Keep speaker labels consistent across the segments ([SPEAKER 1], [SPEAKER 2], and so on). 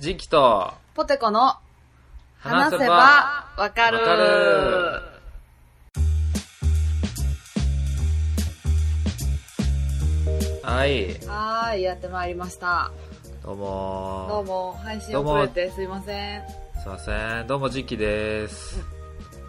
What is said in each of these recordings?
[SPEAKER 1] 時期と
[SPEAKER 2] ポテコの話
[SPEAKER 1] 話せ
[SPEAKER 2] せば
[SPEAKER 1] ば
[SPEAKER 2] わかる
[SPEAKER 1] わかるはい
[SPEAKER 2] はーい、やってまいりました。
[SPEAKER 1] どうも
[SPEAKER 2] どうも、配信遅れてすいません。
[SPEAKER 1] すいませんどうも時期ですね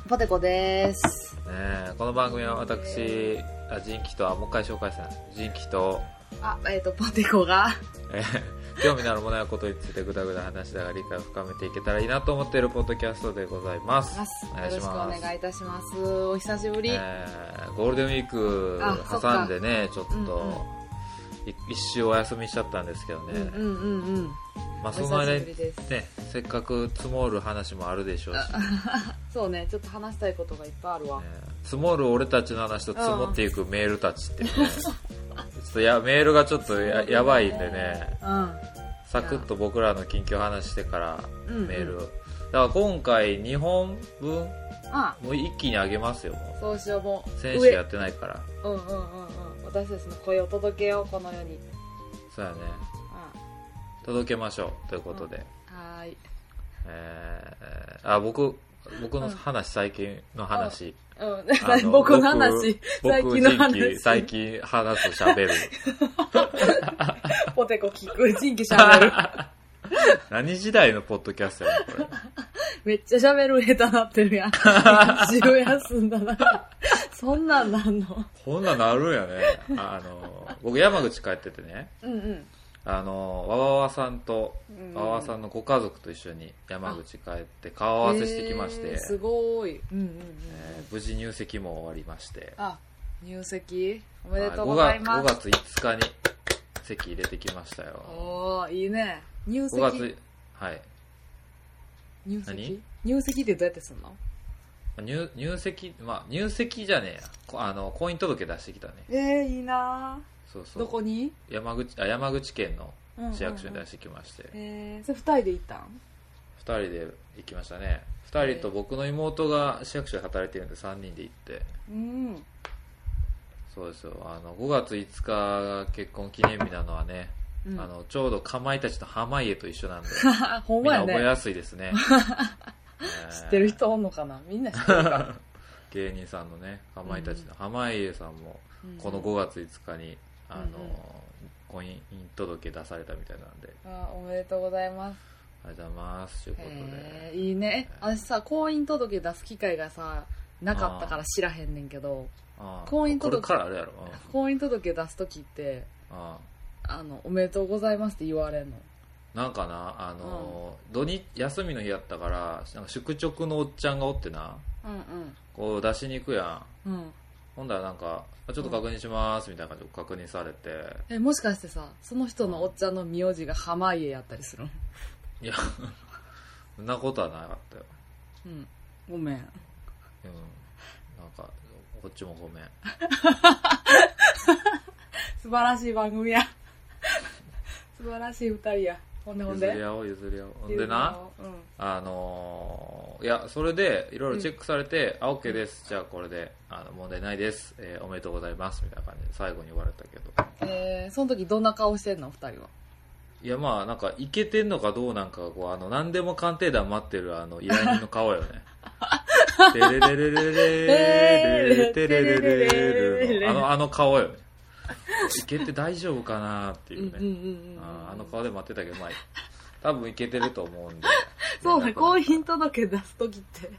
[SPEAKER 2] ポテコです。
[SPEAKER 1] えこの番組は私あ人気とはもう一回紹介したい人気と、
[SPEAKER 2] あ、えっ、と、ポテコが、
[SPEAKER 1] えー興味のあるものやことについてぐだぐだ話しながら理解を深めていけたらいいなと思っているポッドキャストでございます
[SPEAKER 2] よろしくお願いいたします。お久しぶり。
[SPEAKER 1] えーゴールデンウィーク
[SPEAKER 2] あそっか
[SPEAKER 1] 挟んでねちょっと、
[SPEAKER 2] うんうん
[SPEAKER 1] い一周お休みしちゃったんですけどね、
[SPEAKER 2] うんうんうんうん。
[SPEAKER 1] まあ、
[SPEAKER 2] お
[SPEAKER 1] その間に
[SPEAKER 2] 久しぶりです。
[SPEAKER 1] ね、せっかく積もる話もあるでしょうし、
[SPEAKER 2] そうね、ちょっと話したいことがいっぱいあるわ
[SPEAKER 1] ね。積もる俺たちの話と積もっていくメールたちってね、ちょっとやメールがちょっとややばいんでね、サクッと僕らの近況話してから
[SPEAKER 2] うん。うんうん
[SPEAKER 1] メールを。だから今回2本分、
[SPEAKER 2] あ、
[SPEAKER 1] もう一気に上げますよ、も
[SPEAKER 2] そうしようも
[SPEAKER 1] う。
[SPEAKER 2] う。
[SPEAKER 1] 選手やってないから。
[SPEAKER 2] うんうんうんうん。私たちの声を届けよう、この世に。
[SPEAKER 1] そうやね。
[SPEAKER 2] う
[SPEAKER 1] 届けましょう、ということで。
[SPEAKER 2] ん。はーい。
[SPEAKER 1] えーあ、僕、僕の話、最近の話。あ
[SPEAKER 2] うん。 僕の話、
[SPEAKER 1] 僕
[SPEAKER 2] 最近の
[SPEAKER 1] 人気
[SPEAKER 2] 話。
[SPEAKER 1] 最近話す、喋る。
[SPEAKER 2] ポテコ聞く、人気喋 る。
[SPEAKER 1] 何時代のポッドキャストやねん、これ。
[SPEAKER 2] めっちゃ喋る下手なってるや ん。一応休んだな。そんなんなんの
[SPEAKER 1] こんなんなるんやね。あの、僕山口帰っててね、
[SPEAKER 2] うんうん。
[SPEAKER 1] あの、わわわさんと、
[SPEAKER 2] うん
[SPEAKER 1] わわわさんのご家族と一緒に山口帰って顔合わせしてきまして、
[SPEAKER 2] えーすごい。うんうんうん。
[SPEAKER 1] えー無事入籍も終わりまして、
[SPEAKER 2] あ、入籍おめでとうござい
[SPEAKER 1] 5
[SPEAKER 2] ま
[SPEAKER 1] 月
[SPEAKER 2] す。
[SPEAKER 1] 5日に籍入れてきましたよ。
[SPEAKER 2] おー、いいね。入
[SPEAKER 1] 5
[SPEAKER 2] 籍
[SPEAKER 1] 月、はい。
[SPEAKER 2] 入籍
[SPEAKER 1] 何
[SPEAKER 2] 入籍ってどうやってすんの
[SPEAKER 1] 入入籍、まあ、入籍じゃねえやこ。あの、婚姻届出してきたね。
[SPEAKER 2] えー、いいな
[SPEAKER 1] そうそう。
[SPEAKER 2] どこに
[SPEAKER 1] 山口あ山口県の市役所に出
[SPEAKER 2] し
[SPEAKER 1] してきまして、二
[SPEAKER 2] えー、それ二人で行ったん
[SPEAKER 1] 2人で行きましたね2人と僕の妹が市役所で働いてるんで3人で行って
[SPEAKER 2] うん。
[SPEAKER 1] そうですよあの5月5日が結婚記念日なのはね、
[SPEAKER 2] うん
[SPEAKER 1] あのちょうどかまいたちと濱家と一緒なんで
[SPEAKER 2] あ、 ほん
[SPEAKER 1] みんな
[SPEAKER 2] まや
[SPEAKER 1] 覚え
[SPEAKER 2] ね。
[SPEAKER 1] やすいです ね
[SPEAKER 2] 知
[SPEAKER 1] 知
[SPEAKER 2] ってる人おんのかなみんな知ってるか。
[SPEAKER 1] 芸人さんのねかまいたちの濱家さんも
[SPEAKER 2] う ん
[SPEAKER 1] この5月5日にあの、
[SPEAKER 2] うんうん
[SPEAKER 1] 婚姻届出されたみたいなんで
[SPEAKER 2] あおめでとうございます。
[SPEAKER 1] ありがとうございますということで、
[SPEAKER 2] へえいいね。え私さ、婚姻届出す機会がさ、なかったから知らへんねんけど、
[SPEAKER 1] ああ
[SPEAKER 2] 婚姻届
[SPEAKER 1] これからあれやろ、うん
[SPEAKER 2] 婚姻届出すときって、
[SPEAKER 1] あ
[SPEAKER 2] あの、おめでとうございますって言われんの。
[SPEAKER 1] あなんかなあのー、土日休みの日やったからなんか宿直のおっちゃんがおってな
[SPEAKER 2] うん
[SPEAKER 1] こう出しに行くやん
[SPEAKER 2] うん。うん。
[SPEAKER 1] ほんだらなんかあ「ちょっと確認します」みたいな感じで確認されて、
[SPEAKER 2] え、もしかしてさ、その人のおっちゃんの名字が濱家やったりするの
[SPEAKER 1] いや そんなことはなかったよ
[SPEAKER 2] うん。ごめん。
[SPEAKER 1] うんなんかこっちもごめん
[SPEAKER 2] 素晴らしい番組や。 素晴らしい二人や。ほんでほん
[SPEAKER 1] 譲り
[SPEAKER 2] で。
[SPEAKER 1] 合おう譲り合おうほんでな
[SPEAKER 2] うん。
[SPEAKER 1] あのーいやそれでいろいろチェックされて「あ OK ですじゃあこれであの問題ないです、えーおめでとうございます」みたいな感じで最後に言われたけど
[SPEAKER 2] えー、その時どんな顔してんの二人は。
[SPEAKER 1] いやまあなんかいけてんのかどうなんかがこうあの何でも鑑定団待ってるあの依頼人の顔よね。テレレレレレレテレレレレレのあのあの顔よね。いけて大丈夫かなっていう
[SPEAKER 2] うんう
[SPEAKER 1] ね。
[SPEAKER 2] んうんうんうん。
[SPEAKER 1] あーあの顔で待ってたけどまあ多分いけてると思うんで。
[SPEAKER 2] そうね、
[SPEAKER 1] こ
[SPEAKER 2] 婚姻届出すときって、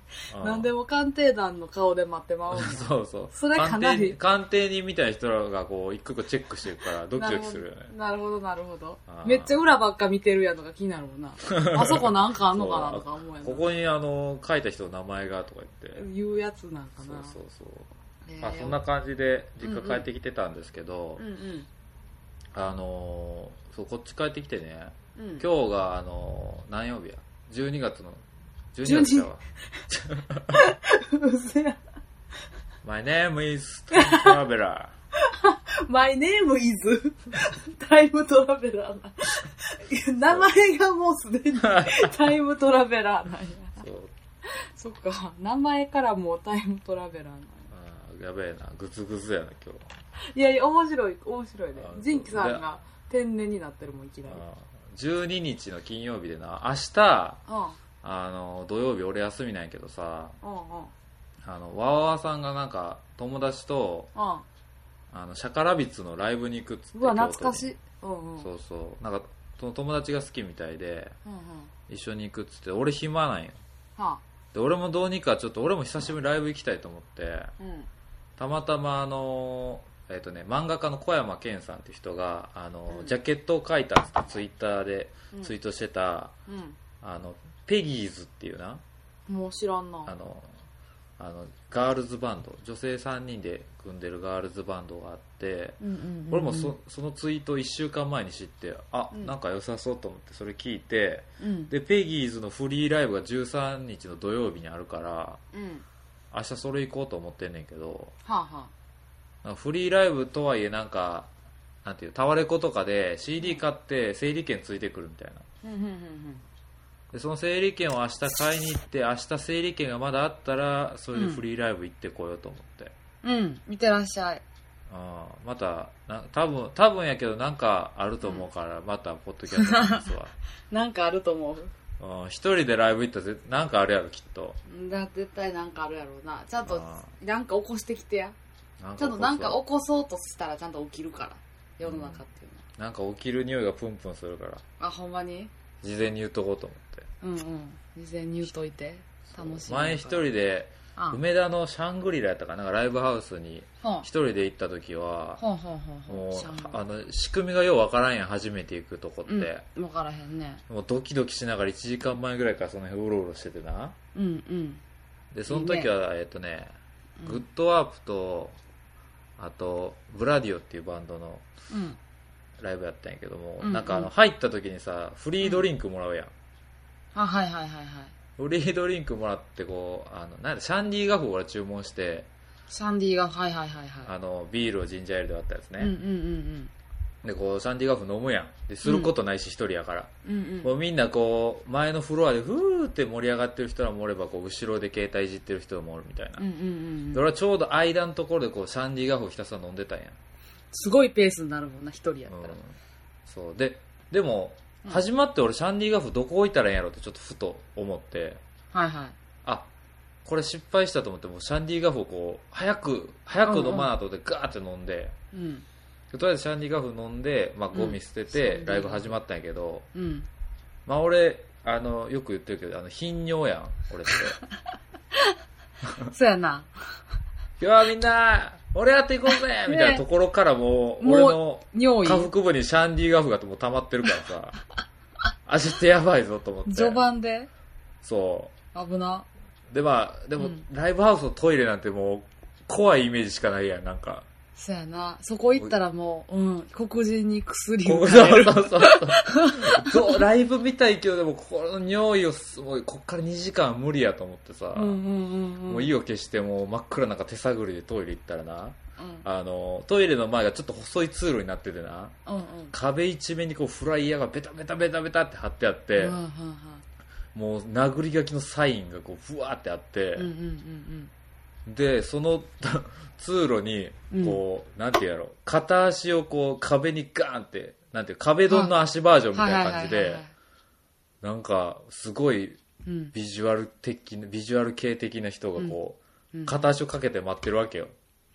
[SPEAKER 2] 何で
[SPEAKER 1] も。
[SPEAKER 2] も鑑定団の顔で待ってまうんや
[SPEAKER 1] そうそう。
[SPEAKER 2] それかなり
[SPEAKER 1] 鑑定鑑定人みたいな人らがこう一個一個チェックしてるから ドキドキするよね。
[SPEAKER 2] なるほど、なるほど
[SPEAKER 1] あ。ー
[SPEAKER 2] めっちゃ裏ばっか見てるやんのが気になるも んな。あそこなんかあんのかな
[SPEAKER 1] そう
[SPEAKER 2] とか思うやんな。
[SPEAKER 1] ここにあの書いた人の名前がとか言って。
[SPEAKER 2] 言うやつなんか
[SPEAKER 1] そう
[SPEAKER 2] な。
[SPEAKER 1] そうそう。
[SPEAKER 2] えー
[SPEAKER 1] まあ、そんな感じで実家帰ってきてたんですけど、
[SPEAKER 2] うんうん。
[SPEAKER 1] あのーそうこっち帰ってきてね
[SPEAKER 2] うん、
[SPEAKER 1] 今日が、あのー何曜日や12月の12月だわ
[SPEAKER 2] 日。うせや。
[SPEAKER 1] 「My name is Tom Traveler
[SPEAKER 2] My name is タイムトラベラーな。名前がもうす でにタイムトラベラーなんや。」
[SPEAKER 1] そう
[SPEAKER 2] そっか、名前からもうタイムトラベラーなんや。
[SPEAKER 1] あーやべえなグズグズやな今日
[SPEAKER 2] いやいや、面白い、面白いね
[SPEAKER 1] あ。
[SPEAKER 2] ジンキさん
[SPEAKER 1] そう
[SPEAKER 2] が天然になってるもん、いきなり。
[SPEAKER 1] あー12日の金曜日でな、明日、
[SPEAKER 2] うんうん
[SPEAKER 1] あの、土曜日俺休みなんやけどさ、
[SPEAKER 2] うん
[SPEAKER 1] あの、わわわさんがなんか、友達と、
[SPEAKER 2] うん
[SPEAKER 1] あの、シャカラビッツのライブに行くっつって。
[SPEAKER 2] うわ懐かし
[SPEAKER 1] い。
[SPEAKER 2] いうんうん
[SPEAKER 1] そうそう。なんか、その友達が好きみたいで、
[SPEAKER 2] うんうん
[SPEAKER 1] 一緒に行くっつって、俺暇なんよ。
[SPEAKER 2] はあ
[SPEAKER 1] で、俺もどうにか、ちょっと俺も久しぶりにライブ行きたいと思って、
[SPEAKER 2] うん
[SPEAKER 1] たまたまあの、えっ、とね、漫画家の小山健さんって人が、あの、
[SPEAKER 2] うん
[SPEAKER 1] ジャケットを描いたっつってツイッターで
[SPEAKER 2] うん
[SPEAKER 1] ツイートしてた、あの、ペギーズっていうな、
[SPEAKER 2] うんもう知らんな
[SPEAKER 1] あの、あの、ガールズバンド、女性3人で組んでるガールズバンドがあって、
[SPEAKER 2] うんうんうん
[SPEAKER 1] 俺もそそのツイート1週間前に知って、あ、
[SPEAKER 2] うん
[SPEAKER 1] なんか良さそうと思ってそれ聞いて、
[SPEAKER 2] うん
[SPEAKER 1] で、ペギーズのフリーライブが13日の土曜日にあるから、
[SPEAKER 2] うん
[SPEAKER 1] 明日それ行こうと思ってんねんけど、
[SPEAKER 2] はあは
[SPEAKER 1] なんかフリーライブとはいえなんか、なんていう、タワレコとかで CD 買って整理券ついてくるみたいな。
[SPEAKER 2] あうんうんうん
[SPEAKER 1] で、その整理券を明日買いに行って、明日整理券がまだあったら、それでフリーライブ行ってこようと思って。うん
[SPEAKER 2] うんうん見てらっしゃい
[SPEAKER 1] また、な多分多分やけどなんかあると思うから、またポッドキャストですわ。
[SPEAKER 2] なんかあると思う
[SPEAKER 1] うん、一人でライブ行ったらぜなんかあるやろ、きっと。
[SPEAKER 2] だ絶対なんかあるやろうなちゃんと
[SPEAKER 1] あ
[SPEAKER 2] なんか起こしてきてや
[SPEAKER 1] なん
[SPEAKER 2] ちゃんとなんか
[SPEAKER 1] 起
[SPEAKER 2] 起こそうとしたらちゃんと起きるから世の中っていうの
[SPEAKER 1] きなんか起きる匂いがプンプンするから、
[SPEAKER 2] はあほんまに
[SPEAKER 1] 事前に言っとこうと思って。
[SPEAKER 2] うんうん事前に言うといて楽しい
[SPEAKER 1] 前一人で、
[SPEAKER 2] あ
[SPEAKER 1] 梅田のシャングリラやったかななんかライブハウスに
[SPEAKER 2] ほん
[SPEAKER 1] 一人で行った時は、
[SPEAKER 2] ほんほんほんほ
[SPEAKER 1] も
[SPEAKER 2] ん
[SPEAKER 1] う
[SPEAKER 2] 知らんわ
[SPEAKER 1] あの仕組みがようわからんやん初めて行くとこって、
[SPEAKER 2] うん、分からへんね
[SPEAKER 1] もうドキドキしながら1時間前ぐらいからその辺うろうろしててな
[SPEAKER 2] うんうん
[SPEAKER 1] でその時はえっとね
[SPEAKER 2] うん
[SPEAKER 1] グッドワープとあとブラディオっていうバンドの
[SPEAKER 2] うん
[SPEAKER 1] ライブやったんやけども、
[SPEAKER 2] うん
[SPEAKER 1] なんかあの入った時にさフリードリンクもらうやん、
[SPEAKER 2] あはいはいはいはい
[SPEAKER 1] フリードリンクもらってこうあのなんだシャンディーガフを俺注文して
[SPEAKER 2] シャンディがはいはいはいは
[SPEAKER 1] あのビールをジンジャーエールで割ったやつね、
[SPEAKER 2] い、うんうん
[SPEAKER 1] でこうシャンディガフ飲むやんですることないし一人やから、
[SPEAKER 2] うんうんうんう
[SPEAKER 1] も
[SPEAKER 2] ん
[SPEAKER 1] うみんなこう前のフロアでふーって盛り上がってる人らもおればこう後ろで携帯いじってる人もおるみたいな、
[SPEAKER 2] うんう
[SPEAKER 1] で
[SPEAKER 2] んうん
[SPEAKER 1] 俺はちょうど間のところでこうシャンディガフをひたすら飲んでたんや、
[SPEAKER 2] すごいペースになるもんな一人やっ
[SPEAKER 1] う
[SPEAKER 2] たら
[SPEAKER 1] ん、そうででも
[SPEAKER 2] うん
[SPEAKER 1] 始まって俺シャンディガフどこ置いたらええんやろってちょっとふと思って
[SPEAKER 2] はいはい
[SPEAKER 1] あこれ失敗したと思ってもうシャンディガフをこう早く早く飲まなと思ってガーって飲んで、
[SPEAKER 2] うん
[SPEAKER 1] でとりあえずシャンディガフ飲んで、まあ、ゴミ捨てて、
[SPEAKER 2] うん
[SPEAKER 1] ライブ始まったんやけど、
[SPEAKER 2] うん
[SPEAKER 1] まあ俺あのよく言ってるけどあの頻尿やん俺って
[SPEAKER 2] そうやな
[SPEAKER 1] 今日はみんな俺やっていこうぜみたいなところからもう、
[SPEAKER 2] もう
[SPEAKER 1] 俺の
[SPEAKER 2] 尿
[SPEAKER 1] 下
[SPEAKER 2] 意
[SPEAKER 1] 腹部にシャンディガフがもう溜まってるから さあちょっとやばいぞと思って
[SPEAKER 2] 序盤で
[SPEAKER 1] そ
[SPEAKER 2] 危な
[SPEAKER 1] うでまあでも、
[SPEAKER 2] うん
[SPEAKER 1] ライブハウスのトイレなんてもう怖いイメージしかないやんなんか
[SPEAKER 2] そうやなそこ行ったらもう、うん、黒人に薬を
[SPEAKER 1] こ
[SPEAKER 2] 与え
[SPEAKER 1] そう
[SPEAKER 2] る
[SPEAKER 1] そうそうそうライブみたい今日でもこの尿意をすごいこっから2時間は無理やと思ってさ、
[SPEAKER 2] うんうんうんうん
[SPEAKER 1] もう意を決してもう真っ暗なんか手探りでトイレ行ったらな
[SPEAKER 2] うん
[SPEAKER 1] あの、トイレの前がちょっと細い通路になっててな、
[SPEAKER 2] うんうん
[SPEAKER 1] 壁一面にこうフライヤーがベタベタベタベタって貼ってあって、
[SPEAKER 2] うんうん
[SPEAKER 1] もう殴り書きのサインがこうふわーってあって
[SPEAKER 2] うんうんう、んうん
[SPEAKER 1] で、その 通路に
[SPEAKER 2] うん、
[SPEAKER 1] こう、なんていうやろ、片足をこう壁にガーンって、なんていう、壁ドンの足バージョン
[SPEAKER 2] うん
[SPEAKER 1] み
[SPEAKER 2] は
[SPEAKER 1] たい
[SPEAKER 2] いは
[SPEAKER 1] ない
[SPEAKER 2] は
[SPEAKER 1] 感
[SPEAKER 2] い
[SPEAKER 1] じ
[SPEAKER 2] はい
[SPEAKER 1] で
[SPEAKER 2] はい、
[SPEAKER 1] なんかすごい
[SPEAKER 2] うん
[SPEAKER 1] ビジュアル的な、ビジュアル系的な人がこ
[SPEAKER 2] う
[SPEAKER 1] う、
[SPEAKER 2] ん
[SPEAKER 1] 片足をかけて待ってるわけよ。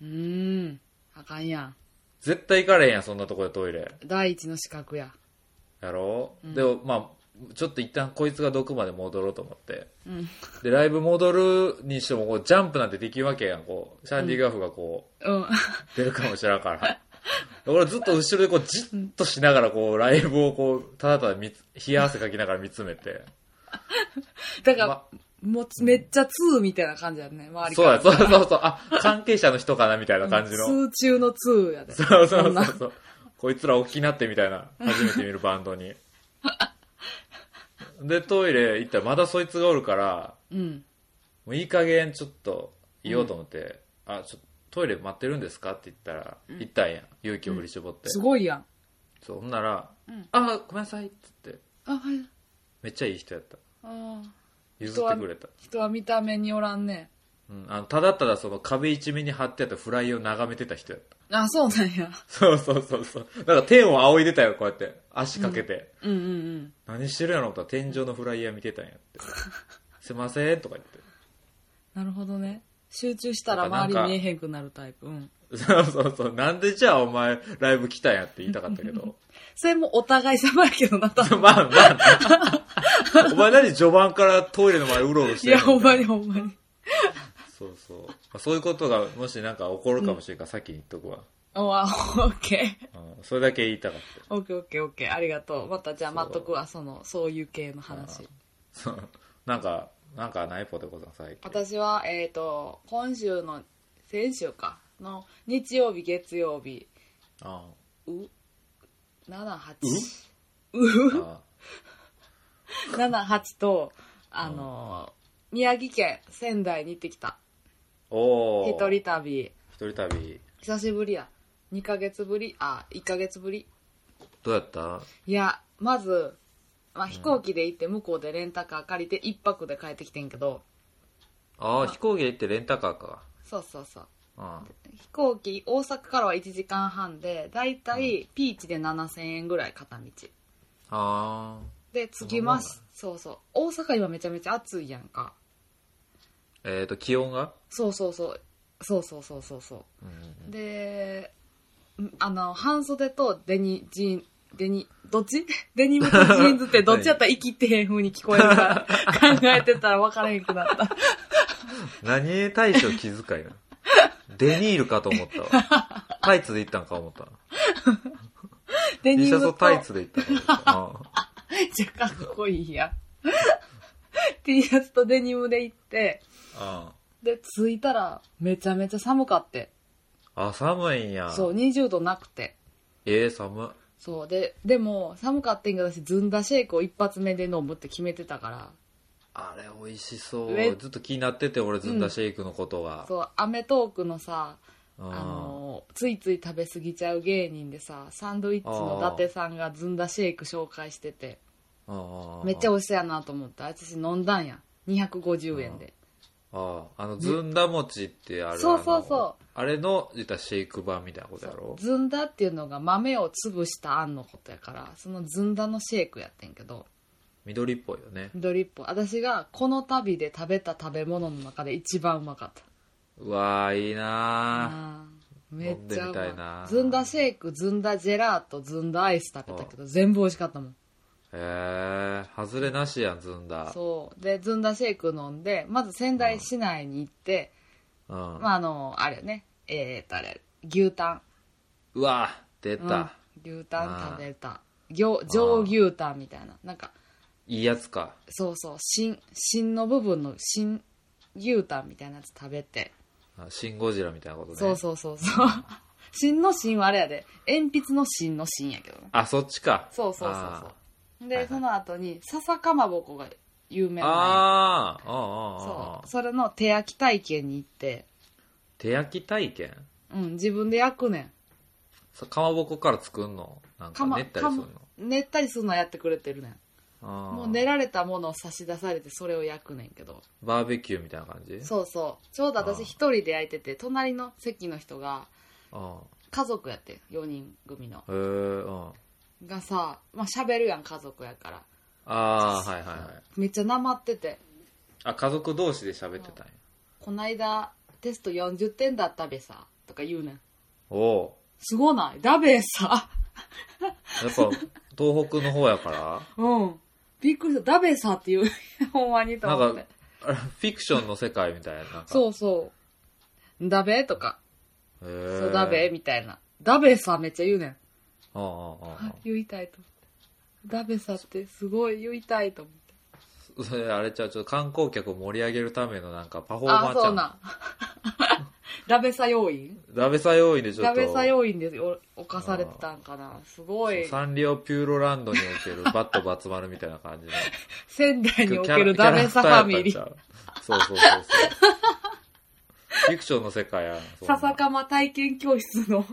[SPEAKER 2] うんあかんやん
[SPEAKER 1] 絶対行かれへんやん、そんなとこでトイレ。
[SPEAKER 2] 第一の資格や
[SPEAKER 1] やろう、
[SPEAKER 2] うん
[SPEAKER 1] でもまあちょっと一旦こいつがどこまで戻ろうと思って
[SPEAKER 2] うん
[SPEAKER 1] でライブ戻るにしてもこうジャンプなんてできるわけやんこうシャンディガフがこ
[SPEAKER 2] うん
[SPEAKER 1] う出るかもしれんから俺ずっと後ろでこうじっとしながらこうライブをこうただただ見つ冷や汗かきながら見つめて
[SPEAKER 2] だから、
[SPEAKER 1] ま
[SPEAKER 2] もうめっちゃ2みたいな感じやね周りか
[SPEAKER 1] そう
[SPEAKER 2] ら
[SPEAKER 1] やそうそうそうあ関係者の人かなみたいな感じの、
[SPEAKER 2] 通中の2やで
[SPEAKER 1] そうそうそ
[SPEAKER 2] そん
[SPEAKER 1] う
[SPEAKER 2] な
[SPEAKER 1] そうこいつら大きなってみたいな初めて見るバンドにでトイレ行ったらまだそいつがおるから
[SPEAKER 2] うん
[SPEAKER 1] もういい加減ちょっと言おうと思って、あ、ちょっとトイレ待ってるんですかって言ったら、行ったんや。勇気を振り絞って。
[SPEAKER 2] すごいやん
[SPEAKER 1] そう、ほんなら、
[SPEAKER 2] うん
[SPEAKER 1] あ、ごめんなさいって言って、
[SPEAKER 2] あはい
[SPEAKER 1] めっちゃいい人やった。
[SPEAKER 2] あー
[SPEAKER 1] 譲ってくれた。
[SPEAKER 2] 人は見た目におらんね
[SPEAKER 1] うん、あのただただその壁一面に貼ってあったフライを眺めてた人やった。
[SPEAKER 2] あ、そうなんや。
[SPEAKER 1] そうそうそうそう。なんか天を仰いでたよ、こうやって。足かけて。
[SPEAKER 2] うんうんうん。
[SPEAKER 1] 何してるやろと思ったら天井のフライヤー見てたんやって。 すいません、とか言って。
[SPEAKER 2] なるほどね。集中したら
[SPEAKER 1] なん
[SPEAKER 2] 周
[SPEAKER 1] か
[SPEAKER 2] り見えへんくなるタイプ。うん。
[SPEAKER 1] そうそうそう。なんでじゃあお前ライブ来たんやって言いたかったけど。
[SPEAKER 2] それもお互い様やけどな、多分。
[SPEAKER 1] まあま あな。お前何序盤からトイレの前うろうろし
[SPEAKER 2] い
[SPEAKER 1] てる
[SPEAKER 2] や、ほんまにほんまに。
[SPEAKER 1] そうそう。まあ、そういうことがもしなんか起こるかもしれんから、先に言っとくわ、
[SPEAKER 2] おわ、オッケー。
[SPEAKER 1] うん。それだけ言いたかった。
[SPEAKER 2] オッケーオッケーオッケー。ありがとう。またじゃあ
[SPEAKER 1] そう
[SPEAKER 2] 待っとくわ、その、そういう系の話。
[SPEAKER 1] そうなんか、なんかないポテコさん最近。
[SPEAKER 2] 私は、えっ、と、今週の、先週か、の日曜日、月曜日、
[SPEAKER 1] あ
[SPEAKER 2] う、7、8。
[SPEAKER 1] あ
[SPEAKER 2] う
[SPEAKER 1] あ
[SPEAKER 2] 7、8と、あの、宮城県仙台に行ってきた。
[SPEAKER 1] あお
[SPEAKER 2] 一
[SPEAKER 1] ー。
[SPEAKER 2] 人旅。
[SPEAKER 1] 一人旅。
[SPEAKER 2] 久しぶりや。2ヶ月ぶり、あ、1ヶ月ぶり。
[SPEAKER 1] どうやった
[SPEAKER 2] いや、まず、まあ、飛行機で行って、向こうでレンタカー借りて、1泊で帰ってきてんけど、
[SPEAKER 1] ああ、飛行機で行ってレンタカーか。
[SPEAKER 2] そうそうそう。
[SPEAKER 1] うん。
[SPEAKER 2] 飛行機、大阪からは1時間半で、だいたいピーチで7000円ぐらい片道。
[SPEAKER 1] ああ。
[SPEAKER 2] で、着きます。そうそう。大阪今めちゃめちゃ暑いやんか。
[SPEAKER 1] えっ、と、気温が
[SPEAKER 2] そうそうそう。そうそうそうそうそうう。
[SPEAKER 1] ん。
[SPEAKER 2] で、んあの、半袖とデニ、ジーン、デニ、どっち デニムとジーンズ ってどっちやったら生きてへん風に聞こえるか考えてたら分からへんくなった。
[SPEAKER 1] 何対象気遣い な。デニールかと思ったわ。タイツで行ったんか思った。
[SPEAKER 2] デ
[SPEAKER 1] T
[SPEAKER 2] ニ
[SPEAKER 1] シャ
[SPEAKER 2] ム
[SPEAKER 1] ツ
[SPEAKER 2] と
[SPEAKER 1] とタイツで行ったんか思った。あ
[SPEAKER 2] めっちゃかっこいいやん。T シャツとデニムで行って、
[SPEAKER 1] あ
[SPEAKER 2] で、着いたら、めちゃめちゃ寒かって。
[SPEAKER 1] あ、寒いんや。
[SPEAKER 2] そう、20度なくて。
[SPEAKER 1] ええ寒。
[SPEAKER 2] そう、で、でも、寒かってんけど、私、ずんだシェイクを一発目で飲むって決めてたから、
[SPEAKER 1] あれ美味しそう
[SPEAKER 2] め。
[SPEAKER 1] ずっと気になってて、俺ずんだシェイクのことが。
[SPEAKER 2] そう、アメトークのさ、
[SPEAKER 1] うん
[SPEAKER 2] あの、ついつい食べ過ぎちゃう芸人でさ、サンドイッチの伊達さんがずんだシェイク紹介してて、
[SPEAKER 1] ああ
[SPEAKER 2] めっちゃ美味しそうやなと思って、私飲んだんや。250円で。
[SPEAKER 1] ああ、あの、ずんだ餅ってある
[SPEAKER 2] そうそうそ
[SPEAKER 1] あ
[SPEAKER 2] う
[SPEAKER 1] のあれの、言ったらシェイク版みたいなことやろ
[SPEAKER 2] ずんだっていうのが豆を潰したあんのことやから、そのずんだのシェイクやってんけど、
[SPEAKER 1] 緑っぽいよね。
[SPEAKER 2] 緑っぽい。私がこの旅で食べた食べ物の中で一番うまかった。
[SPEAKER 1] うわー、いいな
[SPEAKER 2] あーめっちゃ
[SPEAKER 1] 飲んで
[SPEAKER 2] う
[SPEAKER 1] みたいな
[SPEAKER 2] まい。ずんだシェイク、ずんだジェラート、ずんだアイス食べたけど、全部美味しかったもん。
[SPEAKER 1] ー。へえー、外れなしやん、ずんだ。
[SPEAKER 2] そう。で、ずんだシェイク飲んで、まず仙台市内に行って、
[SPEAKER 1] うん。
[SPEAKER 2] まあ、あの、あれね、えーっとあれ、牛タン。
[SPEAKER 1] うわー、出た、
[SPEAKER 2] うん、牛タン食べた。上上牛タンみたいな。なんか、
[SPEAKER 1] いいやつか。
[SPEAKER 2] そうそう、芯、芯の部分の芯牛タンみたいなやつ食べて。
[SPEAKER 1] あシン・ゴジラみたいなことね。
[SPEAKER 2] そうそうそうそう。 芯の芯はあれやで、鉛筆の芯の芯やけどな。
[SPEAKER 1] あ、そっちか。
[SPEAKER 2] そうそうそうそう。で、
[SPEAKER 1] はいはい
[SPEAKER 2] その後に、笹かまぼこが有名な
[SPEAKER 1] あーあー、あ
[SPEAKER 2] の
[SPEAKER 1] あ
[SPEAKER 2] よ
[SPEAKER 1] ああ
[SPEAKER 2] そう。それの手焼き体験に行って、
[SPEAKER 1] 手焼き体験
[SPEAKER 2] うん、自分で焼くねん。
[SPEAKER 1] そかまぼこから作んのなんか
[SPEAKER 2] ま
[SPEAKER 1] 練ったりするの
[SPEAKER 2] かま練ったりするのはやってくれてるねん。
[SPEAKER 1] あー
[SPEAKER 2] もう練られたものを差し出されて、それを焼くねんけど。
[SPEAKER 1] バーベキューみたいな感じ
[SPEAKER 2] そうそう。ちょうど私一人で焼いてて、隣の席の人が、
[SPEAKER 1] あ
[SPEAKER 2] 家族やって4人組の
[SPEAKER 1] ーへえうん。
[SPEAKER 2] がさまあ喋るやん家族やから
[SPEAKER 1] ああ、はいはいはい。
[SPEAKER 2] めっちゃなまってて
[SPEAKER 1] あ、家族同士で喋ってたんや。
[SPEAKER 2] 「こないだテスト40点だったべさ」とか言うねん
[SPEAKER 1] おお
[SPEAKER 2] 「すごないだべさ」
[SPEAKER 1] うやっぱ、東北の方やから
[SPEAKER 2] うんびっくりした「だべさ」って言う ほんまにと
[SPEAKER 1] な
[SPEAKER 2] 思っ
[SPEAKER 1] んか
[SPEAKER 2] て、
[SPEAKER 1] あれフィクションの世界みたいな。なんか
[SPEAKER 2] そうそう「だべ」とか
[SPEAKER 1] へ
[SPEAKER 2] 「
[SPEAKER 1] ー
[SPEAKER 2] そうだべ」みたいな「だべさ」めっちゃ言うねん
[SPEAKER 1] うんうんうんうん
[SPEAKER 2] あ言いたいと思って「だべさ」ってすごい言いたいと思って
[SPEAKER 1] それあれちゃう、ちょっと観光客を盛り上げるためのなんかパフォーマー
[SPEAKER 2] あ
[SPEAKER 1] ち
[SPEAKER 2] そ
[SPEAKER 1] ゃ。
[SPEAKER 2] うんなん だべさ要員
[SPEAKER 1] ダベサ要員でちょっ
[SPEAKER 2] ダ
[SPEAKER 1] と。
[SPEAKER 2] ベサ要員でお犯されてたんかな。すごい。
[SPEAKER 1] サンリオピューロランドにおけるバットバツ丸みたいな感じの。
[SPEAKER 2] 仙台 における
[SPEAKER 1] キャ
[SPEAKER 2] ダ
[SPEAKER 1] ラ
[SPEAKER 2] ベサファミリ
[SPEAKER 1] キャ
[SPEAKER 2] ー。
[SPEAKER 1] ラクターやったんちゃうそうそうそうそう。フィクションの世界やん。そんな
[SPEAKER 2] 笹かま体験教室の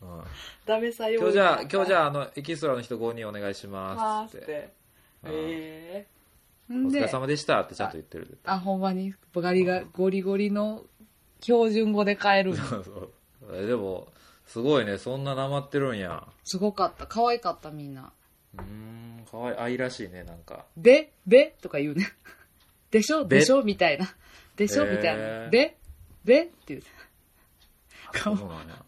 [SPEAKER 1] うん
[SPEAKER 2] ダベサ要員。
[SPEAKER 1] 今日じゃあ、今日じ
[SPEAKER 2] ゃ
[SPEAKER 1] ゃあ、あの、エキストラの人5人お願いします
[SPEAKER 2] は
[SPEAKER 1] っ。
[SPEAKER 2] ーってて。
[SPEAKER 1] うん
[SPEAKER 2] ええー。
[SPEAKER 1] お
[SPEAKER 2] ん
[SPEAKER 1] 疲れ
[SPEAKER 2] で、
[SPEAKER 1] 様でしたってちゃんと言ってる。
[SPEAKER 2] あ、ほんまに、ガリが、ゴリゴリの標準語で帰る。
[SPEAKER 1] そうそうえでも、すごいね、そんななまってるんや。
[SPEAKER 2] すごかった。可愛かった、みんな。
[SPEAKER 1] うーん、かわいい、愛らしいね、なんか。
[SPEAKER 2] で、で、とか言うね。 でしょ
[SPEAKER 1] で
[SPEAKER 2] でしょみたいな。でしょ
[SPEAKER 1] へー
[SPEAKER 2] みたいな。で、でって言うて。かわ
[SPEAKER 1] そうなんや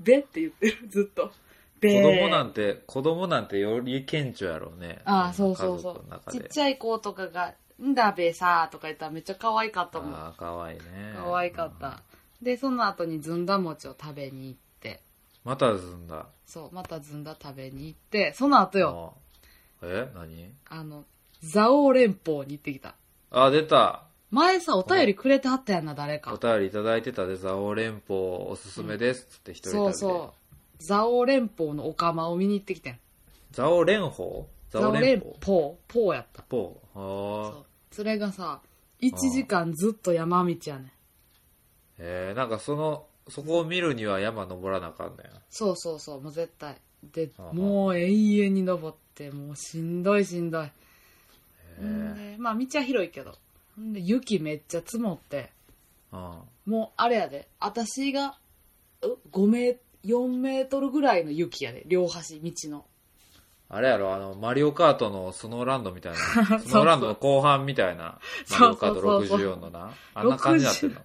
[SPEAKER 2] でって言ってる、 ずっと。で
[SPEAKER 1] 子供なんて、子供なんてより顕著やろうね。
[SPEAKER 2] ああ、そうそうそ
[SPEAKER 1] 家族の
[SPEAKER 2] う。
[SPEAKER 1] 中
[SPEAKER 2] ち
[SPEAKER 1] で
[SPEAKER 2] っちゃい子とかが、んだべさーとか言ったらめっちゃ可愛かったもん。
[SPEAKER 1] ああ、かわいいね。
[SPEAKER 2] 可愛かっ
[SPEAKER 1] うん
[SPEAKER 2] た。で、その後にずんだ餅を食べに行って、
[SPEAKER 1] またずんだ。
[SPEAKER 2] そう、またずんだ食べに行って、その後よ、
[SPEAKER 1] あーえ何
[SPEAKER 2] あの、蔵王連邦に行ってきた。
[SPEAKER 1] あ、出た。
[SPEAKER 2] 前さ、お便りくれてはったやんな、誰
[SPEAKER 1] お
[SPEAKER 2] か。
[SPEAKER 1] 便りいただいてたで、蔵王連邦おすすめですって一人旅
[SPEAKER 2] そう
[SPEAKER 1] で。
[SPEAKER 2] そう。蔵王連邦のお釜を見に行ってきたやん。
[SPEAKER 1] 蔵王連邦蔵
[SPEAKER 2] 蔵王
[SPEAKER 1] 王
[SPEAKER 2] 連
[SPEAKER 1] 連
[SPEAKER 2] 邦
[SPEAKER 1] 邦。
[SPEAKER 2] ポー、ポーやった。
[SPEAKER 1] ポー。
[SPEAKER 2] そ
[SPEAKER 1] ああ
[SPEAKER 2] う。それがさ、1時間ずっと山道やねん。
[SPEAKER 1] えー、なんかその、そこを見るには山登らなあかんねん。
[SPEAKER 2] そうそうそう、もう絶対。で、
[SPEAKER 1] あは
[SPEAKER 2] もう永遠に登って、もうしんどいしんどい。
[SPEAKER 1] え
[SPEAKER 2] ん
[SPEAKER 1] ー、
[SPEAKER 2] でまあ道は広いけど。んで雪めっちゃ積もって、
[SPEAKER 1] うん。
[SPEAKER 2] もうあれやで、私が、う5メ4メートルぐらいの雪やで、両端、道の。
[SPEAKER 1] あれやろ、あの、マリオカートのスノーランドみたい
[SPEAKER 2] そう
[SPEAKER 1] な。スノーランドの後半みたいな。マリ
[SPEAKER 2] そう
[SPEAKER 1] オカート64のな。あんな感じになってんの。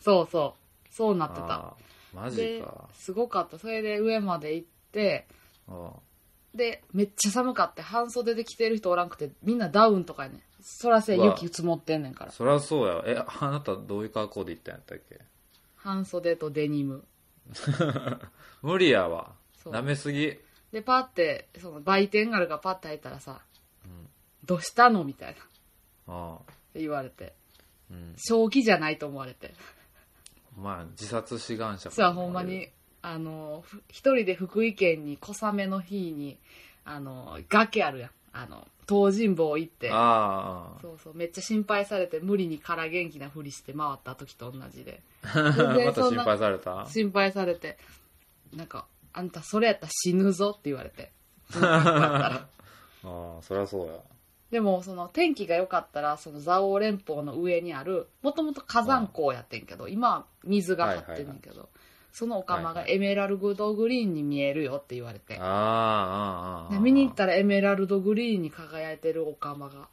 [SPEAKER 2] そうそう。そうなってた。
[SPEAKER 1] あーマジ
[SPEAKER 2] で
[SPEAKER 1] か。、
[SPEAKER 2] すごかった。それで上まで行って、
[SPEAKER 1] うん
[SPEAKER 2] で、めっちゃ寒かって、半袖で着てる人おらんくて、みんなダウンとかやねん。そらせ
[SPEAKER 1] うわ
[SPEAKER 2] 雪積もってんねんから。
[SPEAKER 1] そりゃそうやわ。え、あなたどういう格好で行ったんやったっけ
[SPEAKER 2] 半袖とデニム。
[SPEAKER 1] 無理やわ。
[SPEAKER 2] そう
[SPEAKER 1] 舐めすぎ。
[SPEAKER 2] で、パって、その売店があるからパって入ったらさ、
[SPEAKER 1] うん。
[SPEAKER 2] どうしたのみたいな。っ
[SPEAKER 1] ああ。
[SPEAKER 2] て言われて。
[SPEAKER 1] うん。
[SPEAKER 2] 正気じゃないと思われて。
[SPEAKER 1] まあ、自殺志願者かもし
[SPEAKER 2] 実
[SPEAKER 1] れな
[SPEAKER 2] はいほんまに。、あの、ふ一人で福井県に小雨の日に、あの、崖あるやん。あの、東尋坊行って。
[SPEAKER 1] あ
[SPEAKER 2] そうそう、めっちゃ心配されて、無理に空元気なふりして回った時と同じで。
[SPEAKER 1] あ。ま
[SPEAKER 2] 全然
[SPEAKER 1] た
[SPEAKER 2] そん
[SPEAKER 1] 心
[SPEAKER 2] な
[SPEAKER 1] 配され た
[SPEAKER 2] 心配されて、なんか、あんたそれやったら死ぬぞって言われて。そんなことや ったら
[SPEAKER 1] ああ、そりゃそうや。
[SPEAKER 2] でも、その天気が良かったら、その蔵王連峰の上にある、もともと火山港やってんけど、今は水が張ってんねんけど、そのお釜が
[SPEAKER 1] はい
[SPEAKER 2] エメラルドグリーンに見えるよって言われて。
[SPEAKER 1] ああ、ああ、あ
[SPEAKER 2] で
[SPEAKER 1] あ。
[SPEAKER 2] 見に行ったらエメラルドグリーンに輝いてるお釜が。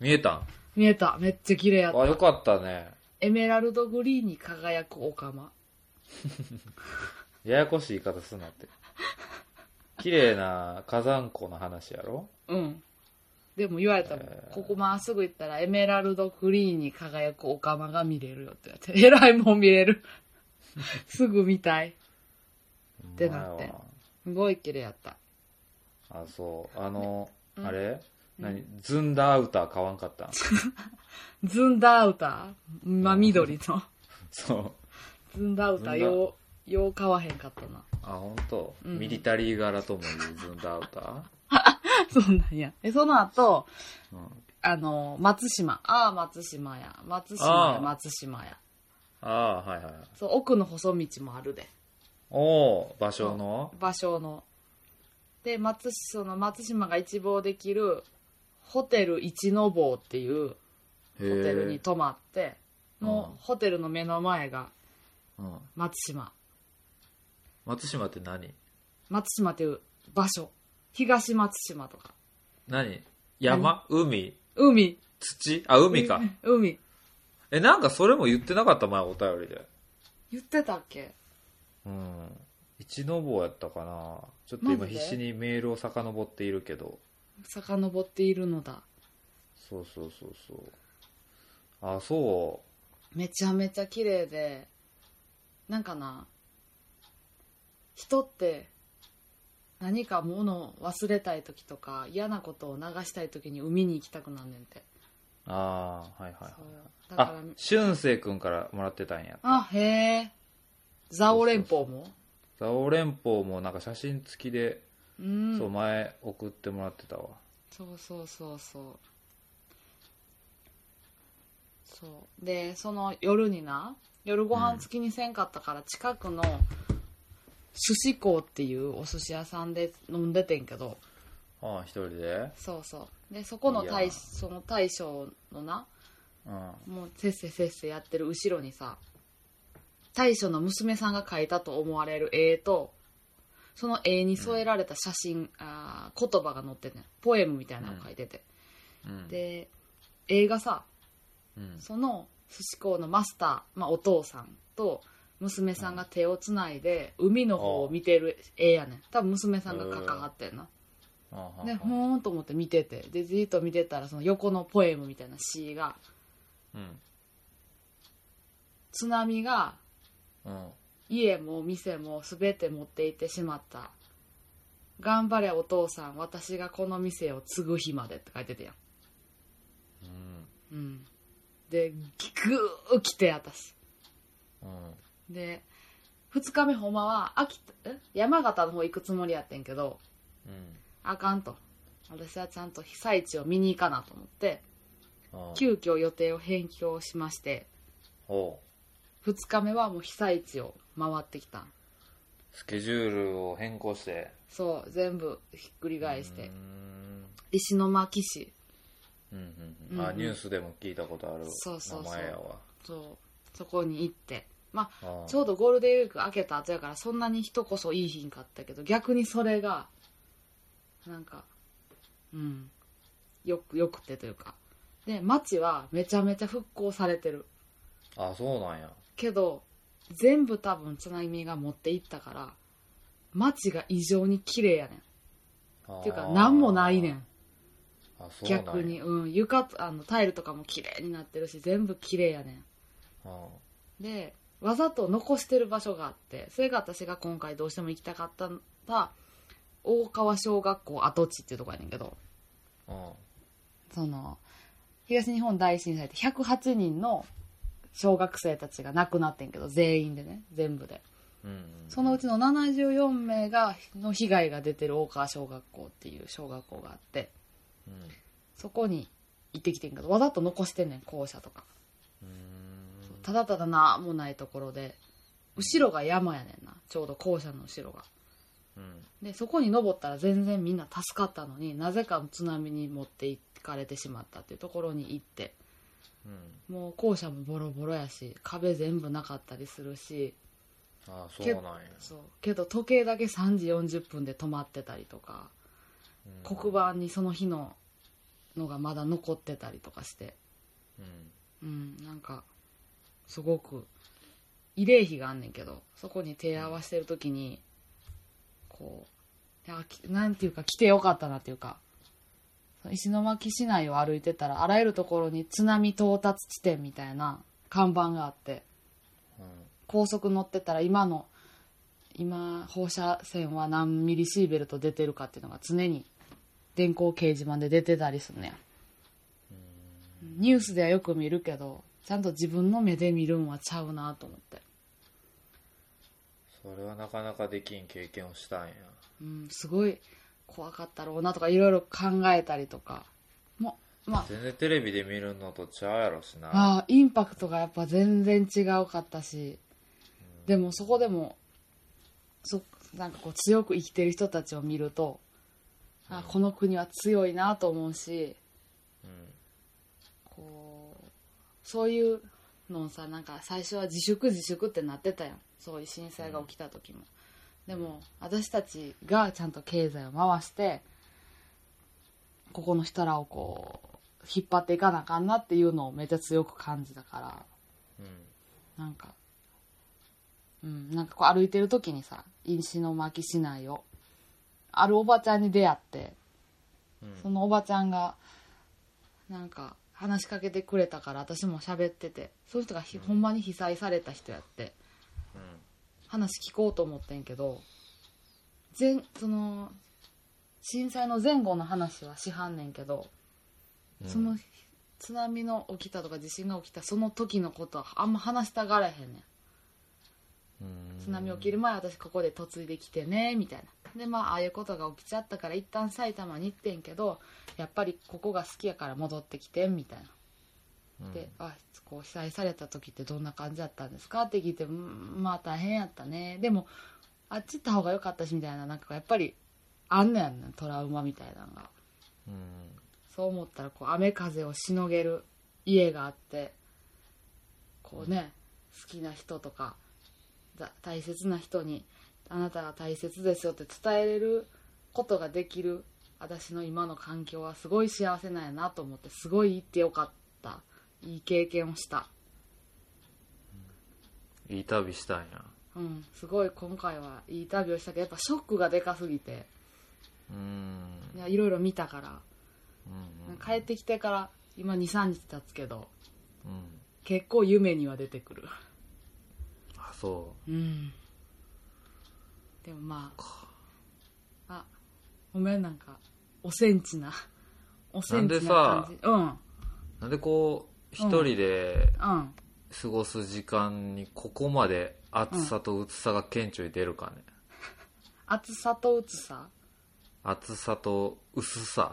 [SPEAKER 1] 見えたん
[SPEAKER 2] 見えた。めっちゃ綺麗やっ
[SPEAKER 1] あ、よ
[SPEAKER 2] た。
[SPEAKER 1] かったね。
[SPEAKER 2] エメラルドグリーンに輝くお釜。
[SPEAKER 1] ややこしい言い方すんなって。綺麗な火山湖の話やろ
[SPEAKER 2] うん。でも言われたもん。
[SPEAKER 1] えー
[SPEAKER 2] ここまっすぐ行ったらエメラルドグリーンに輝くお釜が見れるよってやって。えらいもん見れ る。すぐ見たい。てなって
[SPEAKER 1] お前は
[SPEAKER 2] すごい綺麗やった。
[SPEAKER 1] あ、そう。あの、
[SPEAKER 2] うん
[SPEAKER 1] あれ
[SPEAKER 2] うん
[SPEAKER 1] 何ずんだアウター買わんか ったん
[SPEAKER 2] ズンダーアウターまあ、
[SPEAKER 1] うん
[SPEAKER 2] 緑の。
[SPEAKER 1] そう。
[SPEAKER 2] ズンダーアウター、
[SPEAKER 1] ずんだ
[SPEAKER 2] よう、よう買わへんかったな。
[SPEAKER 1] あ、本当。
[SPEAKER 2] うん
[SPEAKER 1] ミリタリー柄とも言うずんだアウター
[SPEAKER 2] そうなんや。え、その後、
[SPEAKER 1] うん。
[SPEAKER 2] あの、松島。ああ、松島や。松島
[SPEAKER 1] あ
[SPEAKER 2] や、
[SPEAKER 1] ー
[SPEAKER 2] 松島や。
[SPEAKER 1] ああ、はいはい。
[SPEAKER 2] そう、奥の細道もあるで。
[SPEAKER 1] おお場所の
[SPEAKER 2] 場所の。で、松、その松島が一望できる、ホテル一の坊っていうホ
[SPEAKER 1] ホ
[SPEAKER 2] テルに泊まって、も
[SPEAKER 1] うん
[SPEAKER 2] うホテルの目の前が
[SPEAKER 1] うん。
[SPEAKER 2] 松島。
[SPEAKER 1] 松島って何
[SPEAKER 2] 松島っていう場所。東松島とか。
[SPEAKER 1] 何山海
[SPEAKER 2] 海。
[SPEAKER 1] 土あ、海か。。
[SPEAKER 2] 海。
[SPEAKER 1] え、なんかそれも言ってなかった前お便りで。
[SPEAKER 2] 言ってたっけ
[SPEAKER 1] うん。一の坊やったかな。ちょっと今
[SPEAKER 2] マジで
[SPEAKER 1] 必死にメールを遡っているけど。
[SPEAKER 2] 遡っているのだ。
[SPEAKER 1] そうそうそうそう。あ、そ
[SPEAKER 2] めちゃめちゃ綺麗でなんかな人って何か物を忘れたい時とか嫌なことを流したい時に海に行きたくなんねんて、
[SPEAKER 1] う。ああ、はいはいはい。
[SPEAKER 2] そうだから
[SPEAKER 1] あ、俊生くんからもらってたんや。
[SPEAKER 2] あへえ蔵王連邦も
[SPEAKER 1] 蔵王連邦もなんか写真付きで、
[SPEAKER 2] うん
[SPEAKER 1] そう、前送ってもらってたわ。
[SPEAKER 2] そうそうそうそうそうでその夜にな夜ご飯付きにせんかったから近くの寿司港っていうお寿司屋さんで飲んでてんけど
[SPEAKER 1] あああ、一人で
[SPEAKER 2] そうそうでそこの
[SPEAKER 1] い
[SPEAKER 2] 大
[SPEAKER 1] や
[SPEAKER 2] その大将のな
[SPEAKER 1] うん。
[SPEAKER 2] もうせっせせっせやってる後ろにさ大将の娘さんが描いたと思われる絵とその絵に添えられた写真、あー言葉が載っててポエムみたいなの書いてて、
[SPEAKER 1] うん。
[SPEAKER 2] で映画さ
[SPEAKER 1] うん。
[SPEAKER 2] その寿司工のマスター、まあ、お父さんと娘さんが手をつないで海の方を見てる絵やねん多分娘さんが関わってんな、
[SPEAKER 1] ああ
[SPEAKER 2] でふーんと思って見ててでじーっと見てたらその横のポエムみたいな詩が
[SPEAKER 1] うん。
[SPEAKER 2] 津波が
[SPEAKER 1] うん。
[SPEAKER 2] 家も店も全て持っていってしまった頑張れお父さん私がこの店を継ぐ日までって書いててやん
[SPEAKER 1] うん。
[SPEAKER 2] うんでグー来て私
[SPEAKER 1] うん。
[SPEAKER 2] で2日目ほんまは秋田ん山形の方行くつもりやってんけど
[SPEAKER 1] うん。
[SPEAKER 2] あかんと私はちゃんと被災地を見に行かなと思って
[SPEAKER 1] ああ
[SPEAKER 2] 急遽予定を変更しまして
[SPEAKER 1] ほう。
[SPEAKER 2] 2日目はもう被災地を回ってきたん
[SPEAKER 1] スケジュールを変更して。
[SPEAKER 2] そう全部ひっくり返し
[SPEAKER 1] うー
[SPEAKER 2] て
[SPEAKER 1] ん。
[SPEAKER 2] 石巻市
[SPEAKER 1] うんうんうん。あ、
[SPEAKER 2] うんうん
[SPEAKER 1] ニュースでも聞いたことある
[SPEAKER 2] そうそうそう
[SPEAKER 1] 名前やわ。
[SPEAKER 2] そうそこに行ってまあ
[SPEAKER 1] ああ
[SPEAKER 2] ちょうどゴールデンウィーク明けた後やからそんなに人こそいい日んかったけど逆にそれがなんかうんよくよくてというかで街はめちゃめちゃ復興されてる
[SPEAKER 1] あ、そうなんや。
[SPEAKER 2] けど全部多分津波が持っていったから街が異常に綺麗やねんっていうか何もないねん
[SPEAKER 1] ああ。そうなんや
[SPEAKER 2] 逆に。うん床とあのタイルとかも綺麗になってるし全部綺麗やねん
[SPEAKER 1] あ
[SPEAKER 2] でわざと残してる場所があってそれが私が今回どうしても行きたかったた大川小学校跡地っていうとこやねんけど
[SPEAKER 1] あ。うん。
[SPEAKER 2] その東日本大震災で108人の小学生たちが亡くなってんけど全員でね全部で
[SPEAKER 1] うんうん。
[SPEAKER 2] そのうちの74名がの被害が出てる大川小学校っていう小学校があって
[SPEAKER 1] うん。
[SPEAKER 2] そこに行ってきてんけどわざと残してんねん校舎とか
[SPEAKER 1] うーん
[SPEAKER 2] ただただなんもないところで後ろが山やねんなちょうど校舎の後ろが
[SPEAKER 1] うん。
[SPEAKER 2] でそこに登ったら全然みんな助かったのになぜか津波に持っていかれてしまったっていうところに行って
[SPEAKER 1] うん。
[SPEAKER 2] もう校舎もボロボロやし壁全部なかったりするし
[SPEAKER 1] あ、そうなんや。
[SPEAKER 2] そうけど時計だけ3時40分で止まってたりとか
[SPEAKER 1] うん
[SPEAKER 2] 黒。板にその日ののがまだ残ってたりとかして
[SPEAKER 1] うん。
[SPEAKER 2] うんなんかすごく慰霊碑があんねんけどそこに手合わせてる時にこういやきなんていうか来てよかったなっていうかその石巻市内を歩いてたらあらゆるところに津波到達地点みたいな看板があって
[SPEAKER 1] うん。
[SPEAKER 2] 高速乗ってたら今の今放射線は何ミリシーベルト出てるかっていうのが常に電光掲示板で出てたりすんねんニュースではよく見るけどちゃんと自分の目で見るんはちゃうなと思って、
[SPEAKER 1] それはなかなかできん経験をしたんや。
[SPEAKER 2] うん、すごい怖かったろうなとかいろいろ考えたりとかもまあ
[SPEAKER 1] 全然テレビで見るのとちゃうやろしな。
[SPEAKER 2] ああインパクトがやっぱ全然違うかったしでもそこでもそなんかこう強く生きてる人たちを見るとあこの国は強いなと思うし
[SPEAKER 1] うん。
[SPEAKER 2] こうそういうのさなんか最初は自粛自粛ってなってたやんそういう震災が起きた時も、でも私たちがちゃんと経済を回してここの人らをこう引っ張っていかなあかんなっていうのをめっちゃ強く感じたから
[SPEAKER 1] うん。
[SPEAKER 2] なんかうんなんかこう歩いてる時にさ石巻市内をあるおばちゃんに出会って
[SPEAKER 1] うん
[SPEAKER 2] そのおばちゃんがなんか話しかけてくれたから私も喋っててそういう人がひ、ほんまに被災された人やって
[SPEAKER 1] うん。
[SPEAKER 2] 話聞こうと思ってんけど前その震災の前後の話はしはんねんけど、
[SPEAKER 1] うん
[SPEAKER 2] その津波の起きたとか地震が起きたその時のことはあんま話したがらへんね
[SPEAKER 1] う
[SPEAKER 2] ん
[SPEAKER 1] ん
[SPEAKER 2] 津波起きる前私ここで嫁いできてねみたいなでまあああいうことが起きちゃったから一旦埼玉に行ってんけどやっぱりここが好きやから戻ってきてみたいな
[SPEAKER 1] うん
[SPEAKER 2] で、あこう被災された時ってどんな感じだったんですかって聞いてうんまあ大変やったねでもあっち行った方が良かったしみたいななんかやっぱりあんねやんねトラウマみたいなのが
[SPEAKER 1] うん
[SPEAKER 2] そう思ったらこう雨風をしのげる家があってこうね好きな人とかだ大切な人に「あなたが大切ですよ」って伝えれることができる私の今の環境はすごい幸せなんやなと思ってすごい行ってよかったいい経験をした
[SPEAKER 1] いい旅したんや
[SPEAKER 2] うんすごい今回はいい旅をしたけどやっぱショックがでかすぎて
[SPEAKER 1] うん
[SPEAKER 2] いやいろいろ見たから
[SPEAKER 1] うんうん
[SPEAKER 2] 帰ってきてから今23日経つけど
[SPEAKER 1] うん
[SPEAKER 2] 結構夢には出てくる
[SPEAKER 1] あそ
[SPEAKER 2] うんでもま
[SPEAKER 1] うか
[SPEAKER 2] ああごめんなんかおセンチなおセンチな感じうん
[SPEAKER 1] なんでこう一人で
[SPEAKER 2] うん
[SPEAKER 1] 過ごす時間にここまで暑さとうつさが顕著に出るかね、
[SPEAKER 2] 暑さとうつさ
[SPEAKER 1] 暑さと薄さ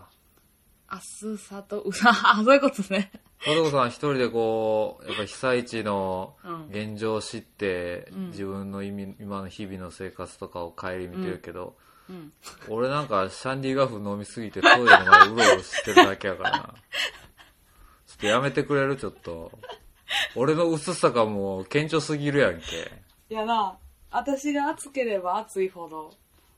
[SPEAKER 2] 暑さとうさ あそういうことね
[SPEAKER 1] 和子さん一人でこうやっぱ被災地の
[SPEAKER 2] うん
[SPEAKER 1] 現状を知って、
[SPEAKER 2] うん
[SPEAKER 1] 自分の意味今の日々の生活とかを顧みてるけど、
[SPEAKER 2] うん
[SPEAKER 1] 俺なんかシャンディガフ飲みすぎてトイレの前うろうろしてるだけやからなちょっとやめてくれるちょっと俺の薄さがもう顕著すぎるやんけ
[SPEAKER 2] いやな私が暑ければ暑いほど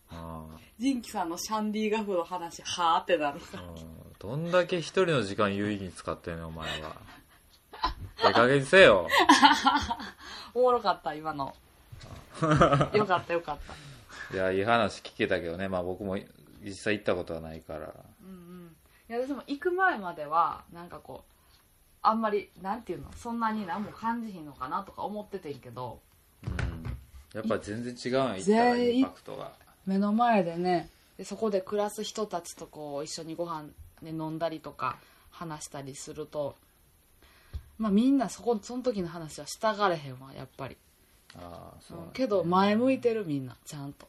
[SPEAKER 1] ああ
[SPEAKER 2] ジンキさんのシャンディガフの話はーってなる
[SPEAKER 1] うんどんだけ一人の時間有意義に使ってんのお前は。ええ加減にせよ。
[SPEAKER 2] おもろかった今 のよかったよかった
[SPEAKER 1] いや、いい話聞けたけどね。まあ僕も実際行ったことはないから。
[SPEAKER 2] うんうんいや私も行く前まではなんかこうあんまりなんていうのそんなに何も感じひんのかなとか思っててんけど
[SPEAKER 1] うん。やっぱ全然違うんや、行ったらインパクトが。
[SPEAKER 2] 目の前でねでそこで暮らす人たちとこう一緒にご飯、ね、飲んだりとか話したりするとまあみんなそこその時の話はしたがれへんわやっぱり、
[SPEAKER 1] ああ、そうう、
[SPEAKER 2] んけど前向いてるみんなちゃんと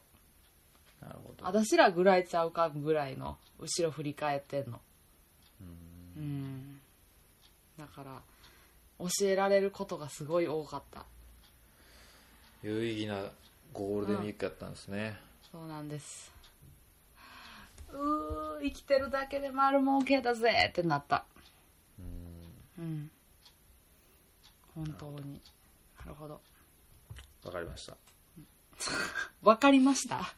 [SPEAKER 1] なるほど。
[SPEAKER 2] 私らぐらいちゃうかぐらいの後ろ振り返ってんの
[SPEAKER 1] うん
[SPEAKER 2] うんだから教えられることがすごい多かった
[SPEAKER 1] 有意義なゴールデンウィークやったんですね。
[SPEAKER 2] そうなんですうー生きてるだけで丸儲けだぜってなった
[SPEAKER 1] うん。
[SPEAKER 2] うん本当になるほど
[SPEAKER 1] わかりました。
[SPEAKER 2] わかりました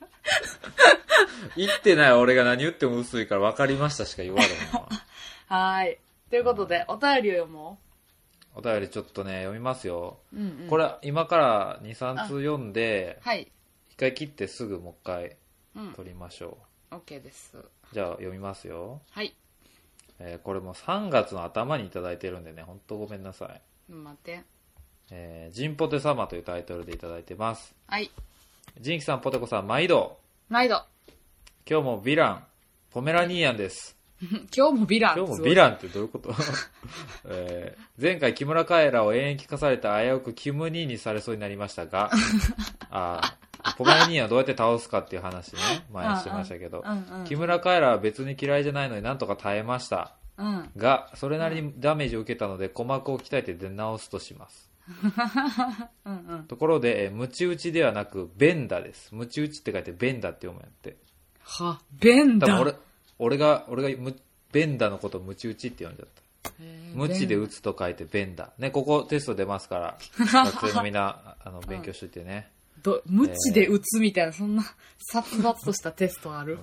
[SPEAKER 1] 行ってない俺が何言っても薄いから分かりましたしか言われへん わ。
[SPEAKER 2] はーいということでお便りを読も
[SPEAKER 1] お便りちょっとね、読みますよ。
[SPEAKER 2] う、うんうん
[SPEAKER 1] これ今から2、3通読んで、
[SPEAKER 2] はい
[SPEAKER 1] 一回切ってすぐもう一回
[SPEAKER 2] うん
[SPEAKER 1] 撮りましょ
[SPEAKER 2] OK です
[SPEAKER 1] う。じゃあ読みますよ。
[SPEAKER 2] はい
[SPEAKER 1] えーこれも3月の頭にいただいてるんでね、ほんとごめんなさい。
[SPEAKER 2] 待って
[SPEAKER 1] えー、ジンポテ様というタイトルでいただいてます。
[SPEAKER 2] はい
[SPEAKER 1] ジンキさん、ポテコさん、毎度。
[SPEAKER 2] 毎度
[SPEAKER 1] 今日もヴィラン、ポメラニーヤンです。
[SPEAKER 2] 今日もヴィラン
[SPEAKER 1] 今日もヴィランってどういうこと、 えー前回木村カエラを永遠聞かされた危うくキム・ニーにされそうになりましたが、あーポメラニーヤンをどうやって倒すかっていう話ね、前にしてましたけど、
[SPEAKER 2] ンうんうん
[SPEAKER 1] 木村カエラは別に嫌いじゃないのになんとか耐えました。
[SPEAKER 2] うん
[SPEAKER 1] が、それなりにダメージを受けたので、鼓膜を鍛えて出直すとします。
[SPEAKER 2] うんうん
[SPEAKER 1] ところで、えームチ打ちではなく、ベンダです。ムチ打ちって書いて、ベンダって読むんやって。
[SPEAKER 2] はベン
[SPEAKER 1] 多
[SPEAKER 2] ダ
[SPEAKER 1] 分俺、俺が、俺がむ、ベンダのことをムチ打ちって呼んじゃった。
[SPEAKER 2] へー
[SPEAKER 1] ムチで打つと書いて、ベンダ。ね、ここテスト出ますから、学生のみんな、あの、勉強しといてね。
[SPEAKER 2] ど、無知で打つみたいな、そんな、殺伐としたテストあ
[SPEAKER 1] うん
[SPEAKER 2] る。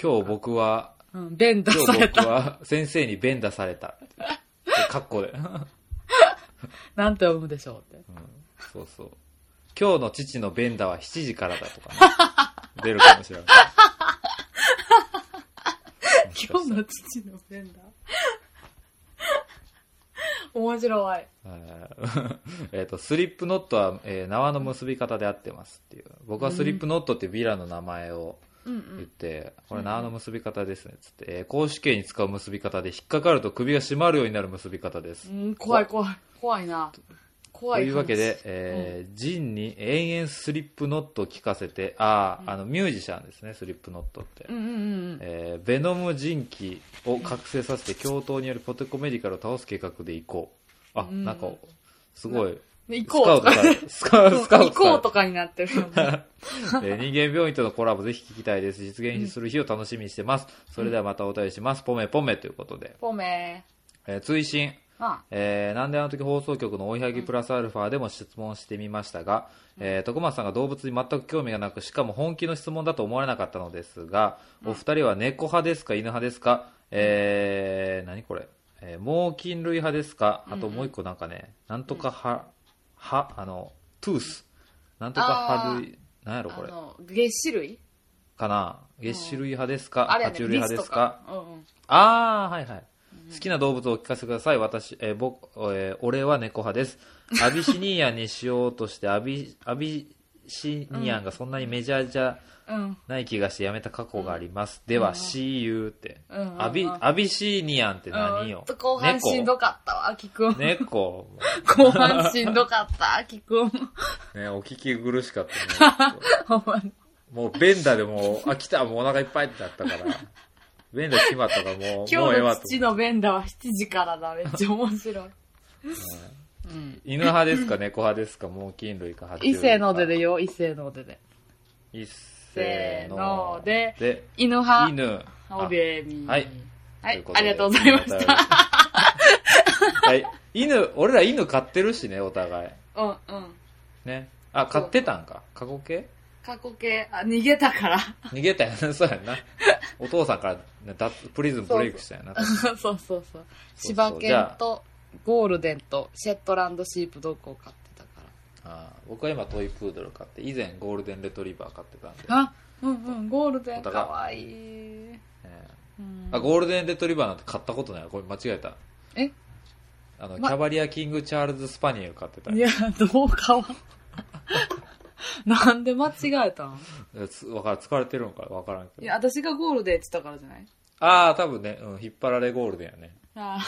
[SPEAKER 1] 今日僕は、
[SPEAKER 2] うん、連打
[SPEAKER 1] 今
[SPEAKER 2] さ
[SPEAKER 1] 日
[SPEAKER 2] れ
[SPEAKER 1] 僕
[SPEAKER 2] た。
[SPEAKER 1] は先生にベンダされた。カッコで。
[SPEAKER 2] なんて読むでしょうって。
[SPEAKER 1] うんそうそう。今日の父のベンダは7時からだと かね。出るかもしれない。もしかし
[SPEAKER 2] 今日
[SPEAKER 1] たら
[SPEAKER 2] の父の連打。 面白い。
[SPEAKER 1] えーえっと、スリップノットは、えー縄の結び方で合ってますっていう。僕はスリップノットっていうヴィラの名前を
[SPEAKER 2] うんう
[SPEAKER 1] 言っ
[SPEAKER 2] ん。
[SPEAKER 1] て、これ縄の結び方ですねっつって、えー公主刑に使う結び方で引っかかると首が締まるようになる結び方です。
[SPEAKER 2] うん、怖い怖い。怖いな。怖い。
[SPEAKER 1] というわけで、、えージンに延々スリップノットを聞かせて、ああ、あの、ミュージシャンですね、スリップノットって。
[SPEAKER 2] うんうんうん
[SPEAKER 1] えーベノム人気を覚醒させて共闘によるポテコメディカルを倒す計画でいこうあ
[SPEAKER 2] うん
[SPEAKER 1] なんかすごい
[SPEAKER 2] うん。行
[SPEAKER 1] スカウ
[SPEAKER 2] こうとか
[SPEAKER 1] ト。されスカ
[SPEAKER 2] そう
[SPEAKER 1] スカウトさ
[SPEAKER 2] 行
[SPEAKER 1] れ
[SPEAKER 2] こうとかになってるよね。
[SPEAKER 1] えー人間病院とのコラボぜひ聞きたいです。実現する日を楽しみにしてます。それではまたお便りします。ポメポメということで。
[SPEAKER 2] ポメ
[SPEAKER 1] えー追伸。
[SPEAKER 2] ー。あ、
[SPEAKER 1] えーなんであの時放送局の追いはぎプラスアルファでも質問してみましたが、えー徳松さんが動物に全く興味がなく、しかも本気の質問だと思われなかったのですが、お二人は猫派ですか犬派ですかえー、何これえー猛禽類派ですかあともう一個なんかね、なんとか派、派、あの、トゥース。なんとか派類、なんやろ
[SPEAKER 2] あ
[SPEAKER 1] これ。
[SPEAKER 2] の、月種類
[SPEAKER 1] かな月種類派ですか、
[SPEAKER 2] あれや
[SPEAKER 1] 爬
[SPEAKER 2] ね、
[SPEAKER 1] 虫類派ですか
[SPEAKER 2] リスとうんうん。
[SPEAKER 1] ああー、はいはい。好きな動物をお聞かせください。私、えー僕、えー俺は猫派 です。アビシニアンにしようとして、アビ、アビシニアンがそんなにメジャーじゃ
[SPEAKER 2] うん。
[SPEAKER 1] ない気がしてやめた過去があります。では、See you って。
[SPEAKER 2] うんうんうん
[SPEAKER 1] アビ、アビシニアンって何
[SPEAKER 2] う
[SPEAKER 1] よ
[SPEAKER 2] んと後半しんどかったわ、アキくん。
[SPEAKER 1] 猫。
[SPEAKER 2] 後半しんどかった、アキくん。
[SPEAKER 1] 猫。ね、お聞き苦しかったね。
[SPEAKER 2] ほんまに
[SPEAKER 1] もうベンダでもう、あ、来た、もうお腹いっぱいってなったから。ベンダ決まったからもう、もうえ
[SPEAKER 2] 今日
[SPEAKER 1] えわ
[SPEAKER 2] の
[SPEAKER 1] と思って
[SPEAKER 2] 父のベンダは7時からだ。めっちゃ面白い。うん。
[SPEAKER 1] 犬派ですか猫派ですか猛禽類か爬虫類
[SPEAKER 2] 異
[SPEAKER 1] か
[SPEAKER 2] 性の出でよ、異性の出で。
[SPEAKER 1] 一せーの
[SPEAKER 2] せーので
[SPEAKER 1] で
[SPEAKER 2] 犬派、
[SPEAKER 1] 犬
[SPEAKER 2] おべみ。
[SPEAKER 1] はい。
[SPEAKER 2] は
[SPEAKER 1] とい
[SPEAKER 2] いう
[SPEAKER 1] こ、と
[SPEAKER 2] あ
[SPEAKER 1] で
[SPEAKER 2] りがとうございまし
[SPEAKER 1] お便り
[SPEAKER 2] た。
[SPEAKER 1] はい犬俺ら犬飼ってるしねお互い
[SPEAKER 2] うんうん。
[SPEAKER 1] ねあ飼ってたんか過去形
[SPEAKER 2] 過去形、あ、逃げたから。
[SPEAKER 1] 逃げたよな そうやんなお父さんからね脱プリズムブレイクしたよな
[SPEAKER 2] そうそうそう。柴
[SPEAKER 1] じ
[SPEAKER 2] 犬
[SPEAKER 1] ゃ
[SPEAKER 2] とゴールデンとシェットランドシープドッグを飼ってたか
[SPEAKER 1] あー僕は今トイプードル飼って以前ゴールデンレトリバー飼ってたんで、
[SPEAKER 2] ら。あ、うんうん、ゴールデンか
[SPEAKER 1] お互い
[SPEAKER 2] わいい。
[SPEAKER 1] え
[SPEAKER 2] うん
[SPEAKER 1] ーあゴールデンレトリバーなんて飼ったことないこれ間違えた
[SPEAKER 2] え
[SPEAKER 1] あの、
[SPEAKER 2] ま
[SPEAKER 1] キャバリアキングチャールズ・スパニエル飼ってた
[SPEAKER 2] いや、どうかは。 なんで間違えたん
[SPEAKER 1] つわからん疲れてるのかわからんけ
[SPEAKER 2] い
[SPEAKER 1] ど
[SPEAKER 2] や、私がゴールデンって言ったからじゃない
[SPEAKER 1] ああ多分ね、うん、引っ張られゴールデンやね、
[SPEAKER 2] あ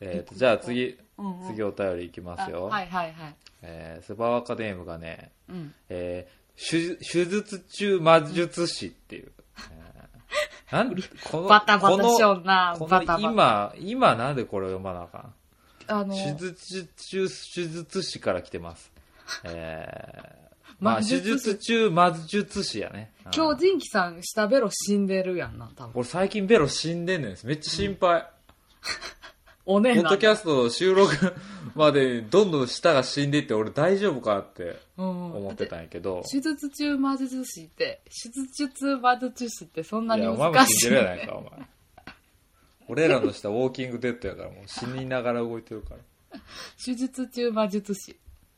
[SPEAKER 1] えーとじゃあ次
[SPEAKER 2] あ、うん、うん。
[SPEAKER 1] 次お便りいきますよ、
[SPEAKER 2] はいはいはい。
[SPEAKER 1] えースバワカネームがね、
[SPEAKER 2] うん。
[SPEAKER 1] えー手手術中魔術師っていう、えーなんこの
[SPEAKER 2] バタバタしよんな、
[SPEAKER 1] この
[SPEAKER 2] バ
[SPEAKER 1] こ
[SPEAKER 2] タ
[SPEAKER 1] の
[SPEAKER 2] バ
[SPEAKER 1] 今
[SPEAKER 2] タ。
[SPEAKER 1] 今なんでこれを読まなあかん
[SPEAKER 2] あの、
[SPEAKER 1] 手術中手術師から来てますえー まあ、
[SPEAKER 2] 魔
[SPEAKER 1] 手
[SPEAKER 2] 術師
[SPEAKER 1] 術中魔術師やね。うん
[SPEAKER 2] 今日仁キさん、下ベロ死んでるやんな、多分。
[SPEAKER 1] 俺最近ベロ死んでんねん。めっちゃ心配。
[SPEAKER 2] おねえ
[SPEAKER 1] ポ
[SPEAKER 2] な。
[SPEAKER 1] ッドキャストの収録までどんどん舌が死んでいって俺大丈夫かって
[SPEAKER 2] うん
[SPEAKER 1] 思ってたんやけど。
[SPEAKER 2] 手術中魔術師って、手術中魔術師ってそんないに
[SPEAKER 1] や、お前も
[SPEAKER 2] 難し
[SPEAKER 1] 死
[SPEAKER 2] い、
[SPEAKER 1] んでるやないか、お前。俺らの舌ウォーキングデッドやからもう死にながら動いてるから。
[SPEAKER 2] 手術中魔術師。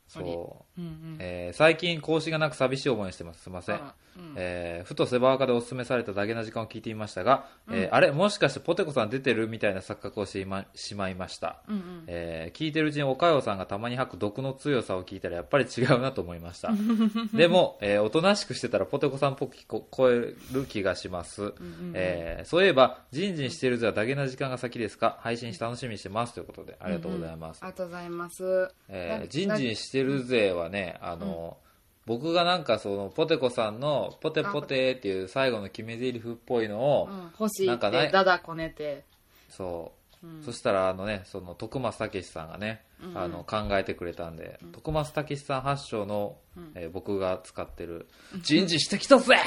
[SPEAKER 1] そう。
[SPEAKER 2] うんうん。
[SPEAKER 1] えー最近更新がなく寂しい思いをしてます。すいません。
[SPEAKER 2] あうん
[SPEAKER 1] えーふとセバーカでお勧めされただけな時間を聞いてみましたが、えーあれもしかしてポテコさん出てるみたいな錯覚をしていましまいました。
[SPEAKER 2] うんうん。
[SPEAKER 1] えー聞いてるうちにおかよさんがたまに吐く毒の強さを聞いたらやっぱり違うなと思いました でも、えーおとなしくしてたらポテコさんっぽく聞こ超える気がします、
[SPEAKER 2] んうん
[SPEAKER 1] えーそういえばジンジンしてるずはダゲな時間が先ですか配信し楽しみにしてますということでありがとうございます、
[SPEAKER 2] ありがとうございます。
[SPEAKER 1] え
[SPEAKER 2] な
[SPEAKER 1] ー、ジンジンしてるぜはね、あの、僕がなんかその、ポテコさんの、ポテポテっていう最後の決め台詞っぽいのを、
[SPEAKER 2] うん、欲しい
[SPEAKER 1] なん
[SPEAKER 2] っ
[SPEAKER 1] か
[SPEAKER 2] て、
[SPEAKER 1] ない
[SPEAKER 2] だだこねて。
[SPEAKER 1] そう、
[SPEAKER 2] うん
[SPEAKER 1] そしたらあのねその徳松武さんがね、
[SPEAKER 2] うん
[SPEAKER 1] あの考えてくれたんで、徳松武さん発祥の、
[SPEAKER 2] ん
[SPEAKER 1] えー僕が使ってる「人事してきたぜ!」っ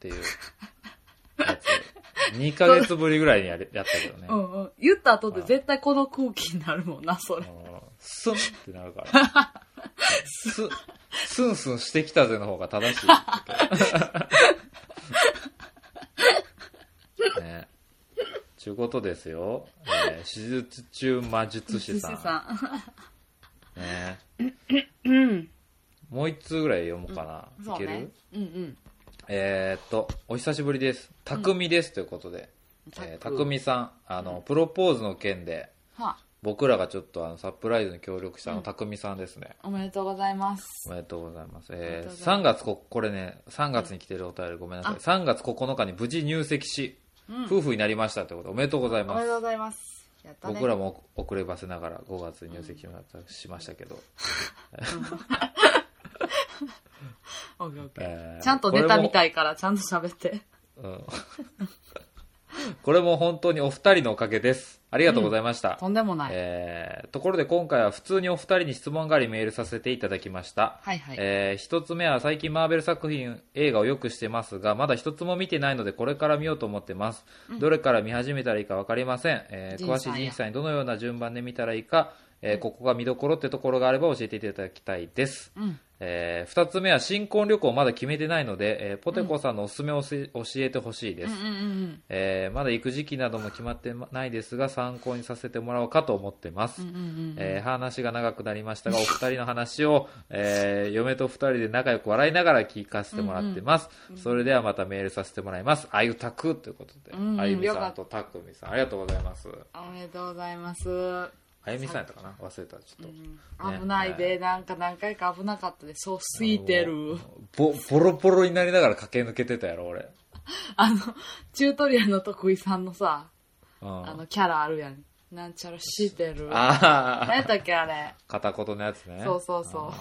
[SPEAKER 1] ていうや つ2ヶ月ぶりぐらいにやれやったけどね、
[SPEAKER 2] う
[SPEAKER 1] うん
[SPEAKER 2] んうん。言った後で絶対この空気になるもんな、それ。
[SPEAKER 1] スンってなるから スンスンスンしてきたぜの方が正しい ねちゅうことですよ、えー手術中魔術師さん
[SPEAKER 2] 寿司さ
[SPEAKER 1] ね
[SPEAKER 2] ん。うん。
[SPEAKER 1] もう一通ぐらい読もうかな。
[SPEAKER 2] そ
[SPEAKER 1] いうけ
[SPEAKER 2] ね
[SPEAKER 1] る。
[SPEAKER 2] うんうん。
[SPEAKER 1] えーっと、お久しぶりです。匠ですということで。えー
[SPEAKER 2] たく
[SPEAKER 1] 匠さん、あの、プロポーズの件で、
[SPEAKER 2] は
[SPEAKER 1] 僕らがちょっとあのサプライズに協力したあの匠さんですね。
[SPEAKER 2] あ、おめでとうございます。
[SPEAKER 1] おめでとうございます。
[SPEAKER 2] おめで
[SPEAKER 1] え
[SPEAKER 2] とうご
[SPEAKER 1] ー、
[SPEAKER 2] ざい
[SPEAKER 1] 3
[SPEAKER 2] ます
[SPEAKER 1] 月こ、これね、3月に来てるお便りごめんなさい。
[SPEAKER 2] あ
[SPEAKER 1] 3月9日に無事入籍し、
[SPEAKER 2] うん
[SPEAKER 1] 夫婦になりましたということで、おめでとうござい
[SPEAKER 2] お
[SPEAKER 1] ま。
[SPEAKER 2] めですとうございます。やったね。
[SPEAKER 1] 僕らも遅ればせながら5月に入籍しましたけど。
[SPEAKER 2] オッケーオッケー
[SPEAKER 1] えー
[SPEAKER 2] ちゃんとネタ
[SPEAKER 1] これも
[SPEAKER 2] みたいから、ちゃんと喋って。
[SPEAKER 1] うん これも本当にお二人のおかげです。ありがとうございました。
[SPEAKER 2] とんでもない。
[SPEAKER 1] えーところで今回は普通にお二人に質問がありメールさせていただきました。
[SPEAKER 2] はいはい。
[SPEAKER 1] えー一つ目は最近マーベル作品映画をよくしてますがまだ一つも見てないのでこれから見ようと思ってます、どれから見始めたらいいか分かりません、えー
[SPEAKER 2] ジンさん
[SPEAKER 1] 詳し
[SPEAKER 2] や
[SPEAKER 1] いジンさんにどのような順番で見たらいいか、えーここが見どころってところがあれば教えていただきたいです、
[SPEAKER 2] うん。
[SPEAKER 1] えー二つ目は新婚旅行まだ決めてないので、えーポテコさんのおすすめをせ教えてほしいで
[SPEAKER 2] うん
[SPEAKER 1] す、
[SPEAKER 2] うんうん
[SPEAKER 1] えーまだ行く時期なども決まってないですが参考にさせてもらおうかと思ってます、
[SPEAKER 2] うん。うんうんうん。
[SPEAKER 1] えー話が長くなりましたが、お二人の話を、えー嫁と二人で仲良く笑いながら聞かせてもらってます。それではまたメールさせてもらいます。あゆたくということで、
[SPEAKER 2] うん
[SPEAKER 1] あゆみ
[SPEAKER 2] よか
[SPEAKER 1] さ
[SPEAKER 2] っ
[SPEAKER 1] んとたくみさん、ありがとうございます。
[SPEAKER 2] おめでとうございます。う
[SPEAKER 1] あゆみさんやったかな忘れた、ちょっと。
[SPEAKER 2] ん危ないで、なんか何回か危なかったで、そうすいてる。
[SPEAKER 1] ぼ、ボロボロになりながら駆け抜けてたやろ、俺。
[SPEAKER 2] あの、チュートリアルの徳井さんのさ、
[SPEAKER 1] うん。
[SPEAKER 2] あ
[SPEAKER 1] あ
[SPEAKER 2] の、キャラあるやん。なんちゃらしてる。何や
[SPEAKER 1] あ
[SPEAKER 2] ったっけ、あれ。
[SPEAKER 1] ー、片言のやつね。
[SPEAKER 2] そうそうそう
[SPEAKER 1] あー。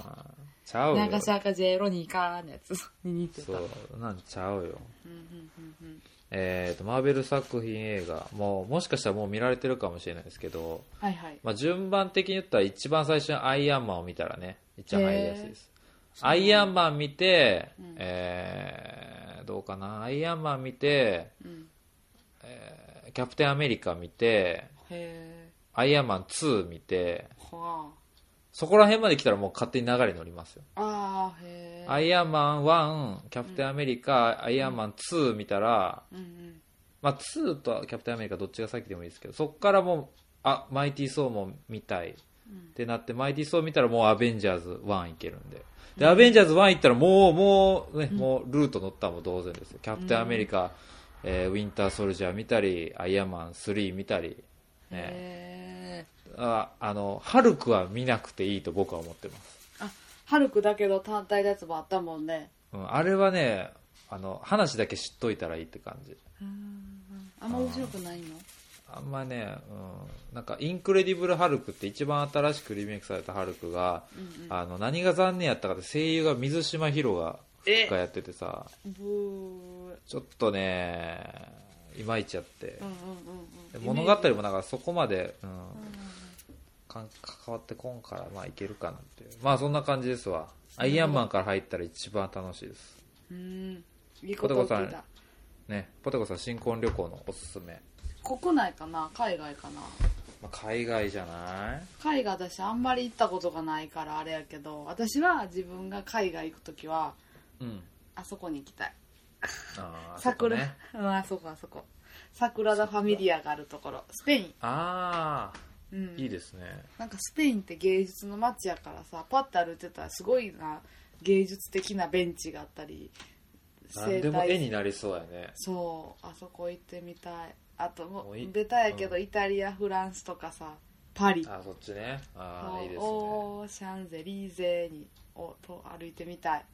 [SPEAKER 1] ちゃうよ。
[SPEAKER 2] なんかしゃかじエロにいかんやつ に似てた。
[SPEAKER 1] そう、なんちゃうよ。
[SPEAKER 2] うんうんうんうん
[SPEAKER 1] えーと、マーベル作品映画、もう、もしかしたらもう見られてるかもしれないですけど、
[SPEAKER 2] はいはい。
[SPEAKER 1] まあ、順番的に言ったら一番最初にアイアンマンを見たらね一番入りやすいです
[SPEAKER 2] へー
[SPEAKER 1] アイアンマン見て、えーどうかなアイアンマン見て
[SPEAKER 2] うん
[SPEAKER 1] キャプテンアメリカ見て
[SPEAKER 2] へ
[SPEAKER 1] アイアンマン2見て
[SPEAKER 2] ー。は
[SPEAKER 1] そこら辺まで来たらもう勝手に流れに乗りますよ、
[SPEAKER 2] あ。あー、へー。
[SPEAKER 1] アイアンマン1キャプテンアメリカ、アイアンマン2見たら、
[SPEAKER 2] うんうん。
[SPEAKER 1] まあ、2とキャプテンアメリカどっちが先でもいいですけどそこからもうあマイティー・ソーも見たいってなってマイティー・ソー見たらもうアベンジャーズ1いけるんででアベンジャーズ1行ったらもうもう,、ねもうルート乗ったらもう同然ですよキャプテンアメリカ、えーウィンター・ソルジャー見たりアイアンマン3見たり、ね、
[SPEAKER 2] へー。
[SPEAKER 1] ああのハルクは見なくていいと僕は思ってます、
[SPEAKER 2] あ、ハルクだけど単体のやつもあったもんね。
[SPEAKER 1] うん、あれはねあの話だけ知っといたらいいって感じ
[SPEAKER 2] あんま面白くないの
[SPEAKER 1] あんまね、うん、なんかインクレディブル・ハルクって一番新しくリメイクされたハルクが、
[SPEAKER 2] うんうん
[SPEAKER 1] あの何が残念やったかって声優が水島ヒロが
[SPEAKER 2] え
[SPEAKER 1] がやっててさ
[SPEAKER 2] ブー。うん
[SPEAKER 1] ちょっとねいまいちやって
[SPEAKER 2] うんうん
[SPEAKER 1] で
[SPEAKER 2] うん。
[SPEAKER 1] 物語
[SPEAKER 2] イメージ
[SPEAKER 1] もなんかそこまで、うん、かん関わってこんからまあいけるかなっていうまあそんな感じですわアイアンマンから入ったら一番楽しいです
[SPEAKER 2] うん。いいこと言ってた。
[SPEAKER 1] ねポテコさん新婚旅行のおすすめ、
[SPEAKER 2] 国内かな海外かな
[SPEAKER 1] まあ、海外じゃない
[SPEAKER 2] 海外私あんまり行ったことがないからあれやけど私は自分が海外行く時は
[SPEAKER 1] うん
[SPEAKER 2] あそこに行きたい
[SPEAKER 1] あ ー
[SPEAKER 2] 桜、
[SPEAKER 1] そうね
[SPEAKER 2] うんあそこあそこ桜田ファミリアがあるところスペイン、
[SPEAKER 1] ああ
[SPEAKER 2] うん、
[SPEAKER 1] いいですね
[SPEAKER 2] なんかスペインって芸術の街やからさパッて歩いてたらすごいな芸術的なベンチがあったり
[SPEAKER 1] 何で
[SPEAKER 2] 生
[SPEAKER 1] も
[SPEAKER 2] 態
[SPEAKER 1] 絵になりそうやね
[SPEAKER 2] そうあそこ行ってみたいあとも
[SPEAKER 1] もういう
[SPEAKER 2] ベタやけど、
[SPEAKER 1] うん
[SPEAKER 2] イタリアフランスとかさパリ
[SPEAKER 1] あーそっちねああいいですね
[SPEAKER 2] オーシャンゼリーゼにをと歩いてみたい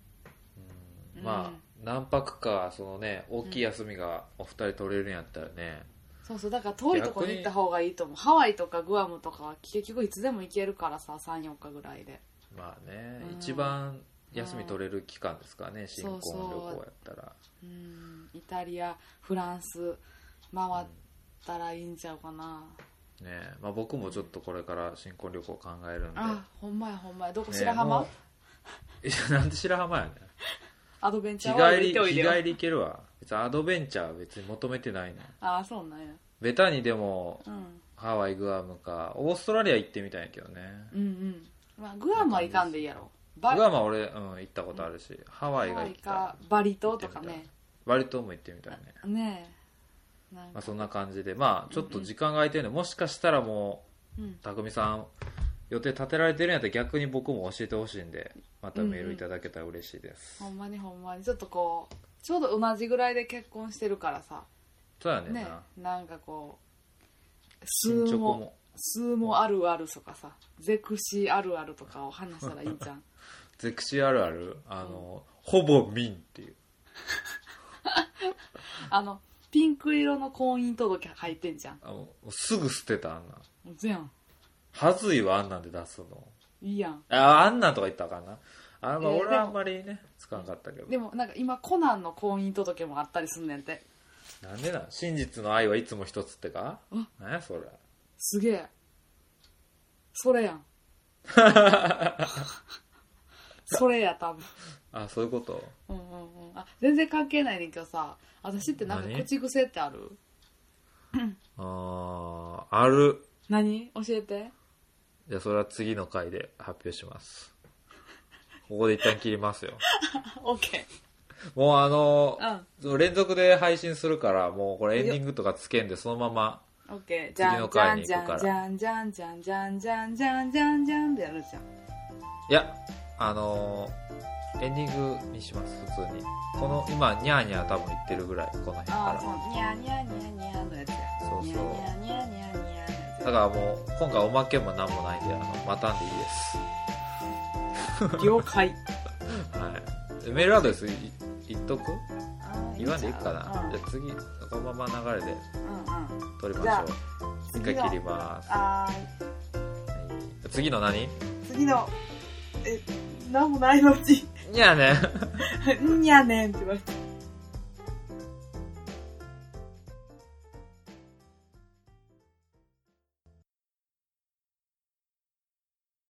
[SPEAKER 1] うんまあ何泊かそのね大きい休みがお二人取れるんやったらね、
[SPEAKER 2] そうそうだから遠いとこに行った方がいいと思うハワイとかグアムとかは結局いつでも行けるからさ34日ぐらいで
[SPEAKER 1] まあね
[SPEAKER 2] うん
[SPEAKER 1] 一番休み取れる期間ですからね新婚旅
[SPEAKER 2] そうそう
[SPEAKER 1] 行やったら
[SPEAKER 2] うんイタリアフランス回ったらいいんちゃうかな、
[SPEAKER 1] ねまあ僕もちょっとこれから新婚旅行考えるんで
[SPEAKER 2] あほんまやほんまやどこ
[SPEAKER 1] ね
[SPEAKER 2] 白浜、
[SPEAKER 1] もういやなんで白浜やねん
[SPEAKER 2] アドベンチ
[SPEAKER 1] 日
[SPEAKER 2] ャーワールド
[SPEAKER 1] 帰
[SPEAKER 2] 行ってお
[SPEAKER 1] り
[SPEAKER 2] い
[SPEAKER 1] 日
[SPEAKER 2] でよ
[SPEAKER 1] 帰り行けるわ別にアドベンチャーは別に求めてないの
[SPEAKER 2] あそうなんや
[SPEAKER 1] ベタにでも
[SPEAKER 2] うん
[SPEAKER 1] ハワイグアムかオーストラリア行ってみたいんやけどね
[SPEAKER 2] うんうんまあグアムはいかんでいいやろ
[SPEAKER 1] グ
[SPEAKER 2] バ
[SPEAKER 1] アムは俺、うん、行ったことあるし、ハワイが
[SPEAKER 2] ハ
[SPEAKER 1] 行
[SPEAKER 2] ワイ
[SPEAKER 1] きた
[SPEAKER 2] か
[SPEAKER 1] い
[SPEAKER 2] バリ島とかね
[SPEAKER 1] バリ島も行ってみたいね、
[SPEAKER 2] ねえなん
[SPEAKER 1] まあ、
[SPEAKER 2] か、
[SPEAKER 1] そんな感じでまあちょっと時間が空いてるんでもしかしたらも
[SPEAKER 2] うん
[SPEAKER 1] う、匠さん予定立てられてるんやったら逆に僕も教えてほしいんでまたメールいただけたら嬉しいです、
[SPEAKER 2] ほんまにほんまにちょっとこうちょうど同じぐらいで結婚してるからさ
[SPEAKER 1] そうやねんな、
[SPEAKER 2] ねなんかこう
[SPEAKER 1] 進
[SPEAKER 2] 数
[SPEAKER 1] 捗
[SPEAKER 2] も
[SPEAKER 1] も
[SPEAKER 2] 数もあるあるとかさゼクシーあるあるとかを話したらいいん じゃん
[SPEAKER 1] ゼクシーあるあるあの、ほぼ民っていう
[SPEAKER 2] あのピンク色の婚姻届入ってんじゃん
[SPEAKER 1] あのすぐ捨てたあんなん
[SPEAKER 2] うぜやん
[SPEAKER 1] はずいわあんなんで出すの
[SPEAKER 2] いいやん
[SPEAKER 1] ああんなんとか言ったらあかんなあ、まあ、
[SPEAKER 2] えー
[SPEAKER 1] 俺はあんまりねつかんかったけど
[SPEAKER 2] でもなんか今コナンの婚姻届もあったりすんねんて
[SPEAKER 1] なんでなん真実の愛はいつも一つってか
[SPEAKER 2] あ
[SPEAKER 1] なんやそれ。
[SPEAKER 2] すげえ。それや ん。それや、多分。
[SPEAKER 1] あ、そういうこと
[SPEAKER 2] うんうんうん。あ、全然関係ないねんけどさ、私ってなんか
[SPEAKER 1] 何
[SPEAKER 2] 口癖ってある
[SPEAKER 1] あー、ある。
[SPEAKER 2] 何教え て。
[SPEAKER 1] じゃあそれは次の回で発表します。ここで一旦切りますよ。
[SPEAKER 2] オッケ
[SPEAKER 1] もうあの
[SPEAKER 2] ー。うん。
[SPEAKER 1] その連続で配信するから、もうこれエンディングとかつけんで、そのまま、
[SPEAKER 2] オッケー。じ
[SPEAKER 1] 次
[SPEAKER 2] ゃ
[SPEAKER 1] の
[SPEAKER 2] んじゃ
[SPEAKER 1] 回
[SPEAKER 2] ん
[SPEAKER 1] に
[SPEAKER 2] じ
[SPEAKER 1] 行
[SPEAKER 2] ゃ
[SPEAKER 1] くから
[SPEAKER 2] んじゃんじゃんじゃんじゃんじゃんじゃんじゃんじゃんってやるじゃん。
[SPEAKER 1] いや、あのーエンディングにします、普通に。この、今、ニャーニャー多分言ってるぐらい、この辺
[SPEAKER 2] ああ、
[SPEAKER 1] か
[SPEAKER 2] そう。にゃにゃにゃにゃのやつや。
[SPEAKER 1] そうそう
[SPEAKER 2] にゃにゃにゃにゃにゃ
[SPEAKER 1] ら。だからもう、今回おまけもなんもないんで、あの、またんでいいです。
[SPEAKER 2] のやつ。了解。
[SPEAKER 1] はい。メールアドレスい言っとく言わんでいいか
[SPEAKER 2] う
[SPEAKER 1] な。
[SPEAKER 2] ん
[SPEAKER 1] じゃあ次、このまま流れで
[SPEAKER 2] うんうん。
[SPEAKER 1] 撮りまし
[SPEAKER 2] じゃあ
[SPEAKER 1] ょう。一回切ります。は
[SPEAKER 2] あーい。
[SPEAKER 1] い次の何
[SPEAKER 2] 次の、え、なんもないのうち、
[SPEAKER 1] いやね。
[SPEAKER 2] んやねんって言われて。